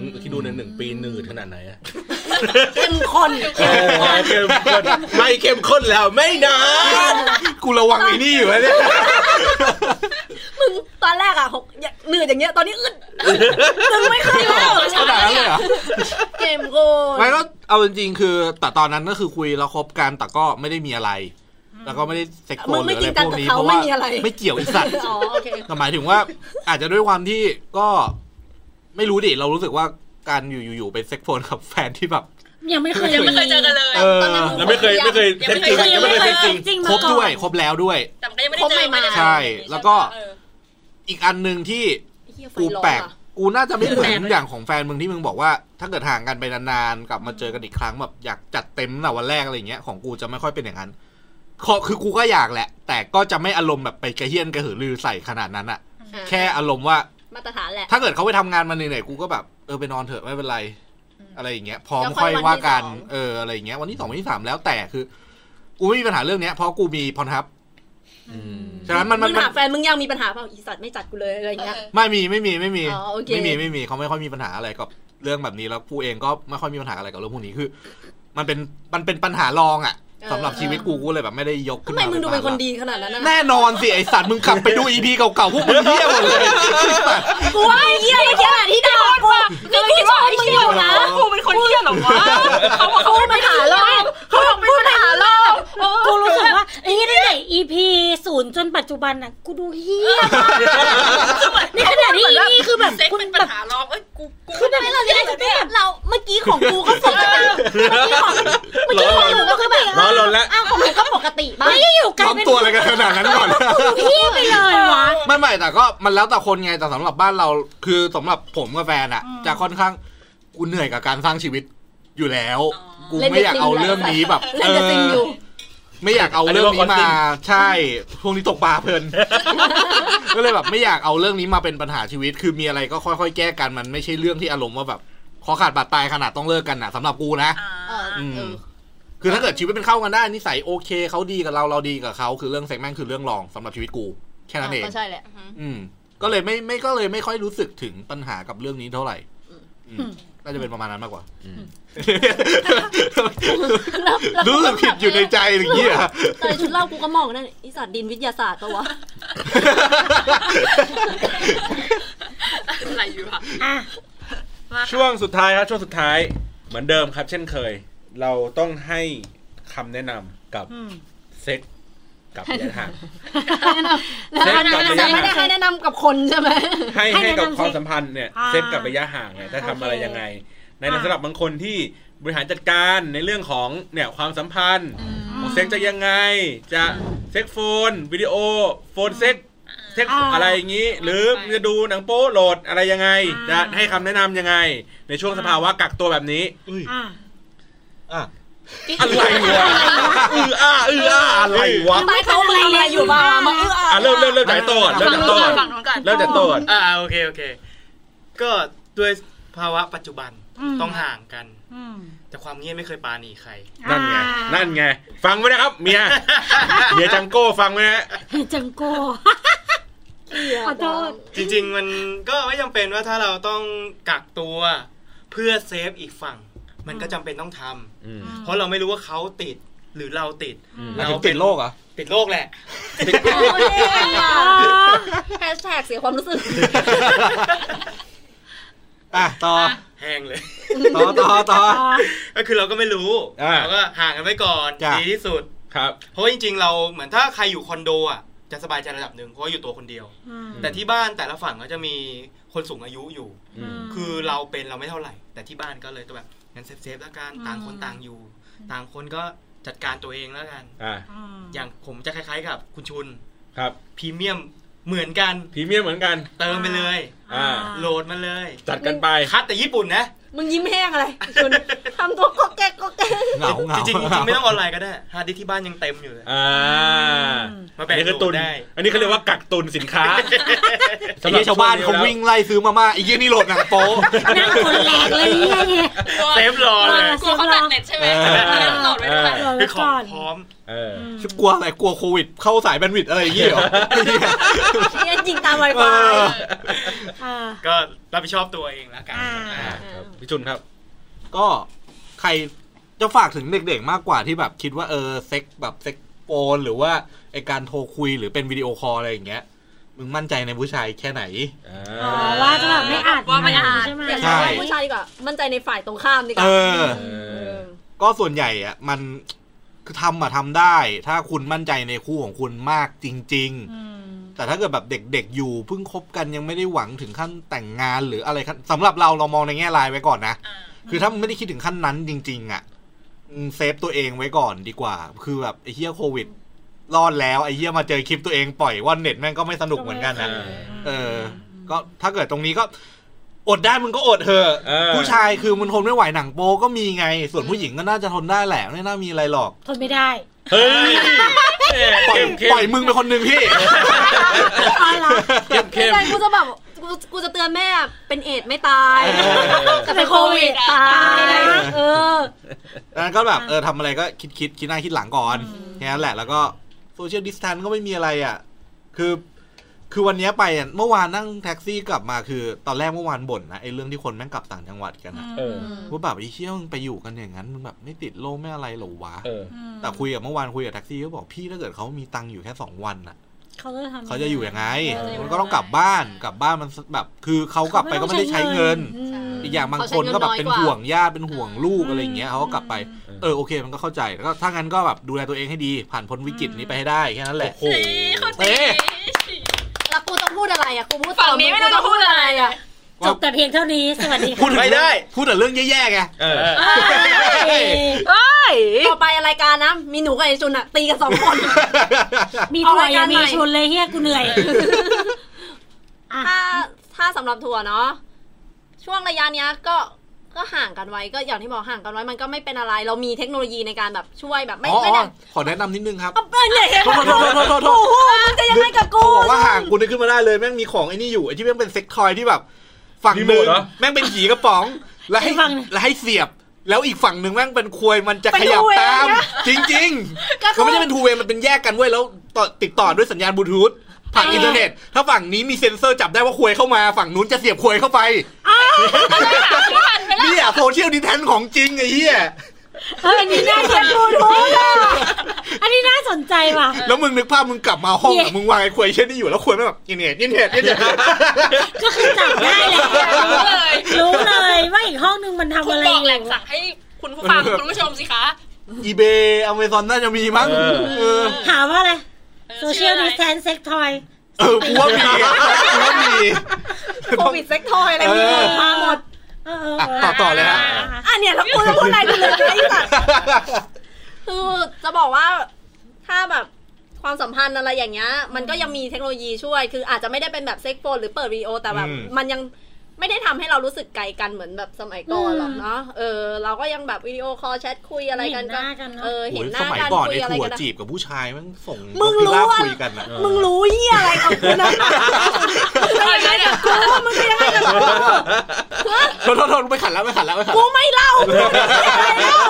[SPEAKER 4] มคิดดูในหนึ่งปีหนืดขนาดไหนอะ
[SPEAKER 6] เข้มข้น
[SPEAKER 4] เข้มข้นไม่เข้มข้นแล้วไม่นาน
[SPEAKER 3] กูระวังไอ้นี่อยู่แล้วเนี่ย
[SPEAKER 6] มึงตอนแรกอ่ะหกเหนื่อยอย่างเงี้ยตอนนี้อึดมึงไม่เคยแล้ว
[SPEAKER 3] ขนาดนั้นเลยเหรอ
[SPEAKER 6] เกมโก้
[SPEAKER 3] ไม่ก็เอาจริงๆคือ แต่ตอนนั้นก็คือคุยแล้วคบกันแต่ก็ไม่ได้มีอะไร แล้วก็ไม่ได้เซ็กโกนหรืออะไรพวกนี้เพราะว่าไม่เกี่ยวไอีสัตว์
[SPEAKER 6] อ๋อโอเค
[SPEAKER 3] แต่หมายถึงว่าอาจจะด้วยความที่ก็ไม่รู้ดิ เรารู้สึกว่าการอยู่อยู่ๆไปเซ็กโฟนกับแฟนที่แบบ
[SPEAKER 2] ยังไม่เคย
[SPEAKER 9] ยังไม่เคยเจอกันเลย
[SPEAKER 3] เออ
[SPEAKER 4] แล้วไม่เคยไม่เคยเท็จจริง
[SPEAKER 2] ยั
[SPEAKER 4] ยัง ง
[SPEAKER 2] ไม่
[SPEAKER 4] ไม่
[SPEAKER 2] เคยจ
[SPEAKER 4] เคยจ
[SPEAKER 2] ริ
[SPEAKER 4] ริ
[SPEAKER 2] ง
[SPEAKER 4] ง
[SPEAKER 2] จริงมา
[SPEAKER 3] ค
[SPEAKER 2] ก่
[SPEAKER 3] บ
[SPEAKER 2] อน
[SPEAKER 3] ด้วยคบแล้วด้วย
[SPEAKER 9] แต่มันก็ยัง
[SPEAKER 6] คบใหม่
[SPEAKER 9] ไม่ได้เจอไม่ได้
[SPEAKER 6] ๆ
[SPEAKER 9] เจอ
[SPEAKER 3] ใช่แล้วก็
[SPEAKER 9] เออ
[SPEAKER 3] อีกอันหนึ่งที่
[SPEAKER 6] ไอ้เหี้ยไฟ
[SPEAKER 3] กู
[SPEAKER 6] ร้อน
[SPEAKER 3] แปลก
[SPEAKER 6] ว่ะ
[SPEAKER 3] กูน่าจะไม่เหมือนอย่างของแฟนมึงที่มึงบอกว่า ถ้าเกิดห่างกันไปนานๆกลับมาเจอกันอีกครั้งแบบอยากจัดเต็มตั้งแต่วันแรกอะไรอย่างเงี้ยของกูจะไม่ค่อยเป็นอย่างนั้นขอคือกูก็อยากแหละ แต่ก็จะไม่อารมณ์แบบไปกระเฮี้ยนกระหือรือใส่ขนาดนั้นอะแค่อารมณ์ว่า
[SPEAKER 6] มาตรฐานแหละ
[SPEAKER 3] ถ้าเกิดเขาไปทำงานมาเหนื่อยๆกูก็แบบเออไปนอนเถอะไม่เป็นไร อะไรอย่างเงี้ยพร้อม
[SPEAKER 6] แล้วค่
[SPEAKER 3] ค่อ
[SPEAKER 6] อย ย
[SPEAKER 3] ว่ากัน
[SPEAKER 6] วันที่สอง
[SPEAKER 3] เอออะไรอย่างเงี้ยวันที่สองวันที่สามแล้วแต่คือ กูไม่มีปัญหาเรื่องเนี้ยเพราะกูมีพรทับฉะนั้นมัน
[SPEAKER 6] มึ
[SPEAKER 3] มัน
[SPEAKER 6] ง
[SPEAKER 3] มัน
[SPEAKER 6] ถามแฟนมึงยังมีปัญหาเปล่าอีสัตว์ไม่จัดกูเลยอะไรอย่างเงี้ย
[SPEAKER 3] ไม่มีไม่มีไม่มี
[SPEAKER 6] อ๋อโอเค
[SPEAKER 3] ไม่มีไม่มีเขาไม่ค่อยมีปัญหาอะไรกับเรื่องแบบนี้แล้วกูเองก็ไม่ค่อยมีปัญหาอะไรกับเรื่องพวกนี้คือ มันเป็นมันเป็นปัญหารองอ่ะสำหรับชีวิตกูกูเลยแบบไม่ได้ยกขึ้
[SPEAKER 6] ทำ
[SPEAKER 3] น
[SPEAKER 6] ไม
[SPEAKER 3] มา
[SPEAKER 6] มึงดูเป็นคนดีขนาดนั้นนะ
[SPEAKER 3] แน่นอนสิไอสัตว์มึงกลับไปดูอีพีเก่าๆพวกมึงเหี้ยหมดเลย
[SPEAKER 6] กูว่าไอ้เหี้ยไอ้เหี้ยแหละที่ด่ากูกูคิดว่ามึงอยู่นะ
[SPEAKER 9] กูเป็นคนเที่ยวเหรอวะเขาบอก
[SPEAKER 6] เขาไปหาเราเขาบอกพูดหาเรา
[SPEAKER 2] กูรู้สึกว่าไอ้นี่ตั้งแต่ EP ศูนย์จนปัจจุบันอ่ะ กูดูเฮียมากนี่ขนาดที่ EP คือแบบ
[SPEAKER 9] เซ็ก
[SPEAKER 2] คุณ
[SPEAKER 9] เป็น
[SPEAKER 2] แบ
[SPEAKER 9] ปัญ
[SPEAKER 2] บ
[SPEAKER 9] หารองเอ้ยกูกู
[SPEAKER 6] คือแบบเราเนี่ยเราเมื่อกี้ของกูก็สดเมื่อกี้ของเมื่อกี้ของหนูก็คือแบบ
[SPEAKER 4] ร้อนร้อนแล้ว
[SPEAKER 6] อ้าวของหนูก็ปกติบ้าง
[SPEAKER 2] ไม่ได้อยู่ไกล
[SPEAKER 3] ทำ
[SPEAKER 2] เป็น
[SPEAKER 3] ตัวอะไรกันขนาดนั้น ก่อน
[SPEAKER 2] เฮียไปเลยวะ
[SPEAKER 3] ไม่ไม่แต่ก็มันแล้วแต่คนไงแต่สำหรับบ้านเราคือสำหรับผมกับแฟนอะจะค่อนข้างกูเหนื่อยกับการสร้างชีวิตอยู่แล้ว กูไม่อยากเอาเรื่องนี้แบบ
[SPEAKER 6] เล่
[SPEAKER 3] เอน
[SPEAKER 6] กับจริงอ
[SPEAKER 3] อยู่ ไม่อยากเอาเรื่องนี้มาใช่พวกนี้ตกปลาเพลิน ก็เลยแบบไม่อยากเอาเรื่องนี้มาเป็นปัญหาชีวิต คือมีอะไรก็ค่อยๆ แก้กันมันไม่ใช่เรื่องที่อารมณ์ว่าแบบขอขาดบาดตายขนาดต้องเลิกกันอะสำหรับกูนะ
[SPEAKER 9] อ่า
[SPEAKER 6] เออเออ
[SPEAKER 3] คือถ้าเกิดชีวิตเป็นเข้ากันได้นิสัยโอเคเขาดีกับเราเราดีกับเขาคือเรื่องเซ็กแม่งคือเรื่องรองสำหรับชีวิตกูแค่นั้นเอง
[SPEAKER 6] ก็ใช่แหละ
[SPEAKER 3] อืมก็เลยไม่ไม่ก็เลยไม่ค่อยรู้สึกถึงปัญหากับเรื่องนี้เท่าไหร่
[SPEAKER 6] อืม
[SPEAKER 3] อืมน่าจะเป็นประมาณนั้นมากกว่า
[SPEAKER 4] อืม
[SPEAKER 3] รู้สึกผิดอยู่ในใจหรือเงี้ย
[SPEAKER 6] ตอนชุดเล่ากูก็มองนั่นอีสัตว์ดินวิทยาศาสตร์ปะวะ
[SPEAKER 9] อะไรอยู่อะ
[SPEAKER 2] อ่ะ
[SPEAKER 4] ช่วงสุดท้ายครับช่วงสุดท้ายเหมือนเดิมครับ เช่นเคย เราต้องให้คำแนะนำกับเซ็กกับ ระยะห่าง
[SPEAKER 6] แล้ว
[SPEAKER 4] เซ็กกับระยะ
[SPEAKER 6] ไม่
[SPEAKER 4] ห่าง
[SPEAKER 6] ได้ให้แนะนำกับคนใช่ไหม
[SPEAKER 4] ให้
[SPEAKER 2] ให้
[SPEAKER 4] ให้
[SPEAKER 2] แนะนำ
[SPEAKER 4] กับความ
[SPEAKER 2] เซ็ก
[SPEAKER 4] สัมพันธ์เนี่ย
[SPEAKER 2] อ่า
[SPEAKER 4] เซ็กกับระยะห่างเนี่ยจะทำอะไร
[SPEAKER 2] โอเค
[SPEAKER 4] ยังไง ใน
[SPEAKER 2] อ่า
[SPEAKER 4] สำหรับบางคนที่บริหารจัดการในเรื่องของเนี่ยความสัมพันธ์ของเซ็กจะยังไง จะเซ็กโฟนวิดีโอ โฟนเซ็ก เทคอะไรอย่างนี้ หรือจะดูหนังโป๊โหลดอะไรยังไง
[SPEAKER 2] อ่า
[SPEAKER 4] จะให้คำแนะนำยังไง ในช่วงสภาวะกักตัวแบบนี้
[SPEAKER 2] อ่ะ
[SPEAKER 4] อะไรวะอืออ่าอืออ่าอะไรวะ
[SPEAKER 6] ใต้เขามีอะไรอยู่บ้างมาเออ
[SPEAKER 4] อ่ะเริ่มเริ่มเริ่มจากไอ้โต้ก่อนเริ่มจากโต้ก่อน
[SPEAKER 9] ฝั่งนู้นก่อน
[SPEAKER 4] เริ่มจากโต้ก่อน
[SPEAKER 5] อ่าโอเคโอเค ก็ด้วยภาวะปัจจุบันต้องห่างกัน
[SPEAKER 2] อืม
[SPEAKER 5] แต่ความเงียบไม่เคยปราณีใคร
[SPEAKER 4] นั่นไงนั่นไง ฟังไว้นะครับเมียเมียจังโก้ฟังไว้นะ
[SPEAKER 2] จังโก ขอโทษ
[SPEAKER 5] จริงๆ มันก็ไม่จำเป็นว่าถ้าเราต้องกักตัวเพื่อเซฟอีกฝั่ง มันก็จำเป็นต้องทำ
[SPEAKER 4] อืม
[SPEAKER 5] เพราะเราไม่รู้ว่าเขาติดหรือเราติด
[SPEAKER 3] หมายถึงติดโรคเหรอ
[SPEAKER 5] ติดโรคแหละ
[SPEAKER 6] แฮชแท็กเสียความ รู้สึก
[SPEAKER 3] อ่ะต่อ
[SPEAKER 5] แห้งเลย
[SPEAKER 3] ต่อต่อต่อ
[SPEAKER 5] ก็คือเราก็ไม่รู้
[SPEAKER 4] อ่า
[SPEAKER 5] เราก็ห่างกันไว้ก่อน
[SPEAKER 3] จ้ะ
[SPEAKER 5] ดีที่สุด
[SPEAKER 4] ครับ
[SPEAKER 5] เพราะว่าจริงๆ เราเหมือนถ้าใครอยู่คอนโดอ่ะจะสบายใจระดับหนึ่งเพราะว่าอยู่ตัวคนเดียว แต่ที่บ้านแต่ละฝั่งก็จะมีคนสูงอายุอยู่ คือเราเป็นเราไม่เท่าไหร่ แต่ที่บ้านก็เลยตัวแบบงั้นเซฟๆแล้วกันต่างคนต่างอยู่ ต่างคนก็จัดการตัวเองแล้วกัน
[SPEAKER 4] อ่า
[SPEAKER 5] อย่างผมจะคล้ายๆกับคุณชุน
[SPEAKER 4] ครับ
[SPEAKER 5] พรีเมียมเหมือนกัน
[SPEAKER 4] พรีเมียมเหมือนกัน
[SPEAKER 5] เติมไปเลย
[SPEAKER 4] อ่า
[SPEAKER 5] โหลดมาเลย
[SPEAKER 4] จัดกันไป
[SPEAKER 5] คัดแต่ญี่ปุ่นนะ
[SPEAKER 6] มึงยิ้มแห้งอะไรคุณทำตัวก็แกกก็แกก
[SPEAKER 3] เหงาเหงา
[SPEAKER 5] จริงๆจริงๆไม่ต้องออนไลน์ก็ได้ฮาร์ดดิสก์ที่บ้านยังเต็มอยู่เลย
[SPEAKER 4] อ่า
[SPEAKER 5] มา
[SPEAKER 4] อั
[SPEAKER 5] แบ่ง
[SPEAKER 4] นนี้คือ
[SPEAKER 5] โหล
[SPEAKER 4] ตุ
[SPEAKER 5] ด
[SPEAKER 4] น
[SPEAKER 5] ได้
[SPEAKER 4] อันนี้เขาเรียกว่ากักตุนสินค้า
[SPEAKER 3] ไอ้เหี้ยชาวบ้านเขาวิ่งไล่ซื้อมาม่าไอ้เหี้ยนี่โหลดหนังโป๊
[SPEAKER 2] นั่งคนแหลกเลยเนี่ย
[SPEAKER 5] เซฟรอเลย
[SPEAKER 9] กลัวเขาตัดเน็ตใช่ไหมงั้นโหลดไว้ด้วย
[SPEAKER 2] เดี๋ยว
[SPEAKER 5] คื
[SPEAKER 2] ไว้ก่
[SPEAKER 5] อของ
[SPEAKER 2] อน
[SPEAKER 5] พร้อม
[SPEAKER 4] เออ
[SPEAKER 3] ชิบกลัวอะไรกลัวโควิด เข้าสายแบนด์วิดต์อะไรอย่างเงี้ย เหรอ
[SPEAKER 6] เนียจริงตามไวไฟ
[SPEAKER 2] อ่า
[SPEAKER 5] ก็รับผิดชอบตัวเองแล้วกัน
[SPEAKER 2] อ่า
[SPEAKER 5] อ่า
[SPEAKER 4] ครับพี่จุนครับ
[SPEAKER 3] ก็ใครจะฝากถึงเด็กๆมากกว่าที่แบบคิดว่าเออเซ็กแบบเซ็กโปนหรือว่าไอการโทรคุยหรือเป็นวิดีโอคอลอะไรอย่างเงี้ย มึงมั่นใจในผู้ชายแค่ไหน
[SPEAKER 2] อ๋อว่าจะแบบไม่อัด
[SPEAKER 9] ว่าไม่อัด
[SPEAKER 2] ใช่ไหม
[SPEAKER 6] อย่าใช้คำว่าผู้ชายดีกว่า มั่นใจในฝ่ายตรงข้ามดีก
[SPEAKER 3] เอ
[SPEAKER 6] ว่า
[SPEAKER 3] อ
[SPEAKER 6] เออ
[SPEAKER 3] ก็ส่วนใหญ่อะมันคือทำอะทำได้ ถ้าคุณมั่นใจในคู่ของคุณมากจริง ๆ แต่ถ้าเกิดแบบเด็กๆอยู่เพิ่งคบกันยังไม่ได้หวังถึงขั้นแต่งงานหรืออะไรขั้นสำหรับเราเรามองในแง่ลายไว้ก่อนนะ
[SPEAKER 9] อ่า
[SPEAKER 3] คือถ้ามันไม่ได้คิดถึงขั้นนั้นจริง ๆ อ่ะอืมเซฟตัวเองไว้ก่อนดีกว่า คือแบบไอ้เหี้ยโควิด รอดแล้วไอ้เหี้ยมาเจอคลิปตัวเองปล่อยว่าเน็ตแม่งก็ไม่สนุกเหมือนกันนะ
[SPEAKER 4] เออ
[SPEAKER 3] เออ ก็ถ้าเกิดตรงนี้ก็ อดได้มึงก็อดเถอะ
[SPEAKER 4] เออ
[SPEAKER 3] ผู้ชายคือมันทนไม่ไหวหนังโปก็มีไง ส่วนผู้หญิงก็น่าจะทนได้แหละไม่น่ามีอะไรหรอก
[SPEAKER 2] ทนไม่ได้
[SPEAKER 4] เฮ้ย
[SPEAKER 3] ปล่อย
[SPEAKER 4] เข้มเข้
[SPEAKER 3] ป
[SPEAKER 4] ม
[SPEAKER 3] ล่อยมึงเป็นคนหนึ่งพี่
[SPEAKER 4] เข้มเข้ม
[SPEAKER 6] ใช่กูจะแบบกูกูจะเตือนแม่เป็นเอดส์ไม่ตาย
[SPEAKER 4] เออ
[SPEAKER 6] แต่เป็นโควิดตาย เออ
[SPEAKER 3] ดังนั้นก็แบบเออทำอะไรก็คิดคิดคิดหน้าคิดหลังก่อนแค่นั้นแหละแล้วก็โซเชียลดิสแทนก็ไม่มีอะไรอ่ะ คือ คือวันเนี้ยไปอ่ะเมื่อวานนั่งแท็กซี่กลับมาคือ ตอนแรกเมื่อวานบ่นนะไอ้เรื่องที่คนแม่งกลับต่างจังหวัดกันนะ
[SPEAKER 4] เออ
[SPEAKER 3] ว่าแบบไอ้เชี่ยมึงไปอยู่กันอย่างนั้นมึงแบบไม่ติดโรคไม่อะไรเหรอวะ
[SPEAKER 4] เออ
[SPEAKER 3] แต่คุยกับเมื่อวานคุยกับแท็กซี่ก็บอกพี่ถ้าเกิดเขามีตังค์อยู่แค่สองวันอ่ะ
[SPEAKER 2] เขาจะทำ
[SPEAKER 3] เขาจะอยู่ยังไง
[SPEAKER 4] เออ
[SPEAKER 3] มันก็ต้องกลับบ้านกลับบ้านมันแบบ คือเขากลับไปก็ไม่ได้ใช้เงิน อีกอย่างบางคนก็แบบเป็นห่วงญาติเป็นห่วงลูกอะไรอย่างเงี้ยเขาก็กลับไปเออโอเคมันก็เข้าใจแล้วก็ถ้างั้นก็แบบดูแลตัวเองให้ดี ผ่านพ้นวิกฤตนี้ไปให้ได้แค่นั้นแหละ
[SPEAKER 4] โอ้โห
[SPEAKER 9] เขา
[SPEAKER 3] เอ๊
[SPEAKER 9] ตี
[SPEAKER 3] ะ
[SPEAKER 6] แล้วกูต้องพูดอะไรอ่ะ กูพูด
[SPEAKER 9] ฝั่งนี้ไม่ต้องพูดอะไรอะ
[SPEAKER 2] จบแต่เพียงเท่านี้ สวัสดี
[SPEAKER 3] พูด
[SPEAKER 2] ค่ะ
[SPEAKER 3] ถึง
[SPEAKER 5] ไม่ได้
[SPEAKER 3] พูดแต่เรื่องแย่ๆไง
[SPEAKER 4] เออ
[SPEAKER 2] เอ้ย
[SPEAKER 6] ต่อไปรายการนะ มีหนูกับไอจุนอ่ะ ตีกันสองคน
[SPEAKER 2] มีถั่ว
[SPEAKER 6] เอาราย
[SPEAKER 2] อ
[SPEAKER 6] การ
[SPEAKER 2] ย่า
[SPEAKER 6] ใหม่
[SPEAKER 2] มีชุนเลยเฮียกูเหนื่อยอ่ะ
[SPEAKER 6] ถ้าถ้าสำหรับทัวร์เนาะช่วงระยะเนี้ยก็ก็ห่างกันไว้ก็อย่างที่บอกห่างกันไว้มันก็ไม่เป็นอะไร เรามีเทคโนโลยีในการแบบช่วยแบบไม่
[SPEAKER 3] อ๋อ
[SPEAKER 6] ไม่ได้
[SPEAKER 3] ขอแนะนำนิดนึงครับ
[SPEAKER 6] เอาเป็นเนี่ยเห็น
[SPEAKER 3] โทษโทษโทษโทษโทษ
[SPEAKER 6] โอ้โหมึงจะยังไงกับกู
[SPEAKER 3] เขาบอกว่าห่างกูนึกขึ้นมาได้เลยแม่งมีของไอ้นี่อยู่ไอ้ที่แม่งเป็นเซ็กทอยที่แบบฝั่งหนึ่งแม่งเป็นผีกระป๋อง แล้วให้แล้วให้เสียบ แล้วอีกฝั่งหนึ่งแม่งเป็นควยมันจะขยับตาม จริง ๆ
[SPEAKER 6] ก็คื
[SPEAKER 3] เขา
[SPEAKER 6] อ
[SPEAKER 3] ไม่ได้เป็นทูเวย์มันเป็นแยกกันเว้ยแล้วต่อติดต่อด้วยสัญญาณบลูทูธผ่านอินเทอร์เน็ต ถ้าฝั่งนี้มีเซ็นเซอร์จับได้ว่าควยเข้ามา ฝั่งนู้นจะเสียบควยเข้าไปเนี่อะโซเชียลดิแทนของจริงไอ้เหี้ย
[SPEAKER 2] เอ้ยอันนี้น่าสนใจอันนี้น่าสนใจว่ะ
[SPEAKER 3] แล้วมึงนึกภาพมึงกลับมาห้องอะมึงวางไอ้ควยเช่นนี้อยู่แล้วควยไม่แบบอินเทอร์เน็ตอินเทอร์เน็ตอินเทอร์เน็ต
[SPEAKER 2] ก็คือจับได้แหละ
[SPEAKER 9] รู้เลย
[SPEAKER 2] รู้เลยว่าอีกห้องนึงมันทำ
[SPEAKER 9] คุณ
[SPEAKER 2] อะไร
[SPEAKER 9] บอ
[SPEAKER 2] อ
[SPEAKER 9] ก
[SPEAKER 2] ยู่
[SPEAKER 9] แหล่งสั่งให้คุณผู้ฟังคุณผู้ชมสิคะ
[SPEAKER 3] อีเบย์อเมซอนน่าจะมีมั้งเออ
[SPEAKER 2] ถามว่าอะไรโซเชียล
[SPEAKER 9] ชื่อ
[SPEAKER 2] ดิส
[SPEAKER 9] อะไร
[SPEAKER 2] แทนเซ็กทอย
[SPEAKER 3] เออกูว่ามีกูว่ามี
[SPEAKER 6] โควิดเซ็กทอยอะไร
[SPEAKER 3] เอ
[SPEAKER 6] มี
[SPEAKER 3] อ
[SPEAKER 6] มาหมด
[SPEAKER 2] เออเออ
[SPEAKER 3] อ่ะต่อต่อเลยฮะ
[SPEAKER 6] อ่ะเนี่ยแล้วกูจะพูดอะไรกูเลยไอ้สัตว์ คือจะบอกว่าถ้าแบบ ความสัมพันธ์อะไรอย่างเงี้ยมันก็ยังมีเทคโนโลยีช่วย คืออาจจะไม่ได้เป็นแบบเซ็กโฟนหรือเปิดวีโอแต่แบบ
[SPEAKER 4] อืม
[SPEAKER 6] มันยังไม่ได้ทำให้เรารู้สึกไกลกันเหมือนแบบสมัยก่อนหรอกเนาะเออเราก็ยังแบบวิดีโอคอลแชทคุยอะไรกันก็
[SPEAKER 2] เห็นหน้ากันเนอะ
[SPEAKER 6] เออเห็นห
[SPEAKER 3] โอ้ยส
[SPEAKER 6] น้า
[SPEAKER 3] มัย
[SPEAKER 6] กัน
[SPEAKER 3] ก่อน
[SPEAKER 6] คุย
[SPEAKER 3] ไอ้
[SPEAKER 6] อะไร
[SPEAKER 3] ผัว
[SPEAKER 6] กันอะ
[SPEAKER 3] จีบกับผู้ชายมันส่ง
[SPEAKER 6] มึงรู้
[SPEAKER 3] ว่า
[SPEAKER 6] ว่า
[SPEAKER 3] คุยกันอะ
[SPEAKER 6] มึงรู้เหี้ยอะไรของกูนะ
[SPEAKER 9] อะไรเนี่ย
[SPEAKER 6] กูว่ามึงไม่ให้กันหรอก
[SPEAKER 3] โทษโทษโทษไม่ขัดแล้วไม่ขัดแล้วไม่ขัด
[SPEAKER 6] กู
[SPEAKER 3] แล้ว
[SPEAKER 6] ไม่เล่ากูไม่เหี้ยอะไรเล่า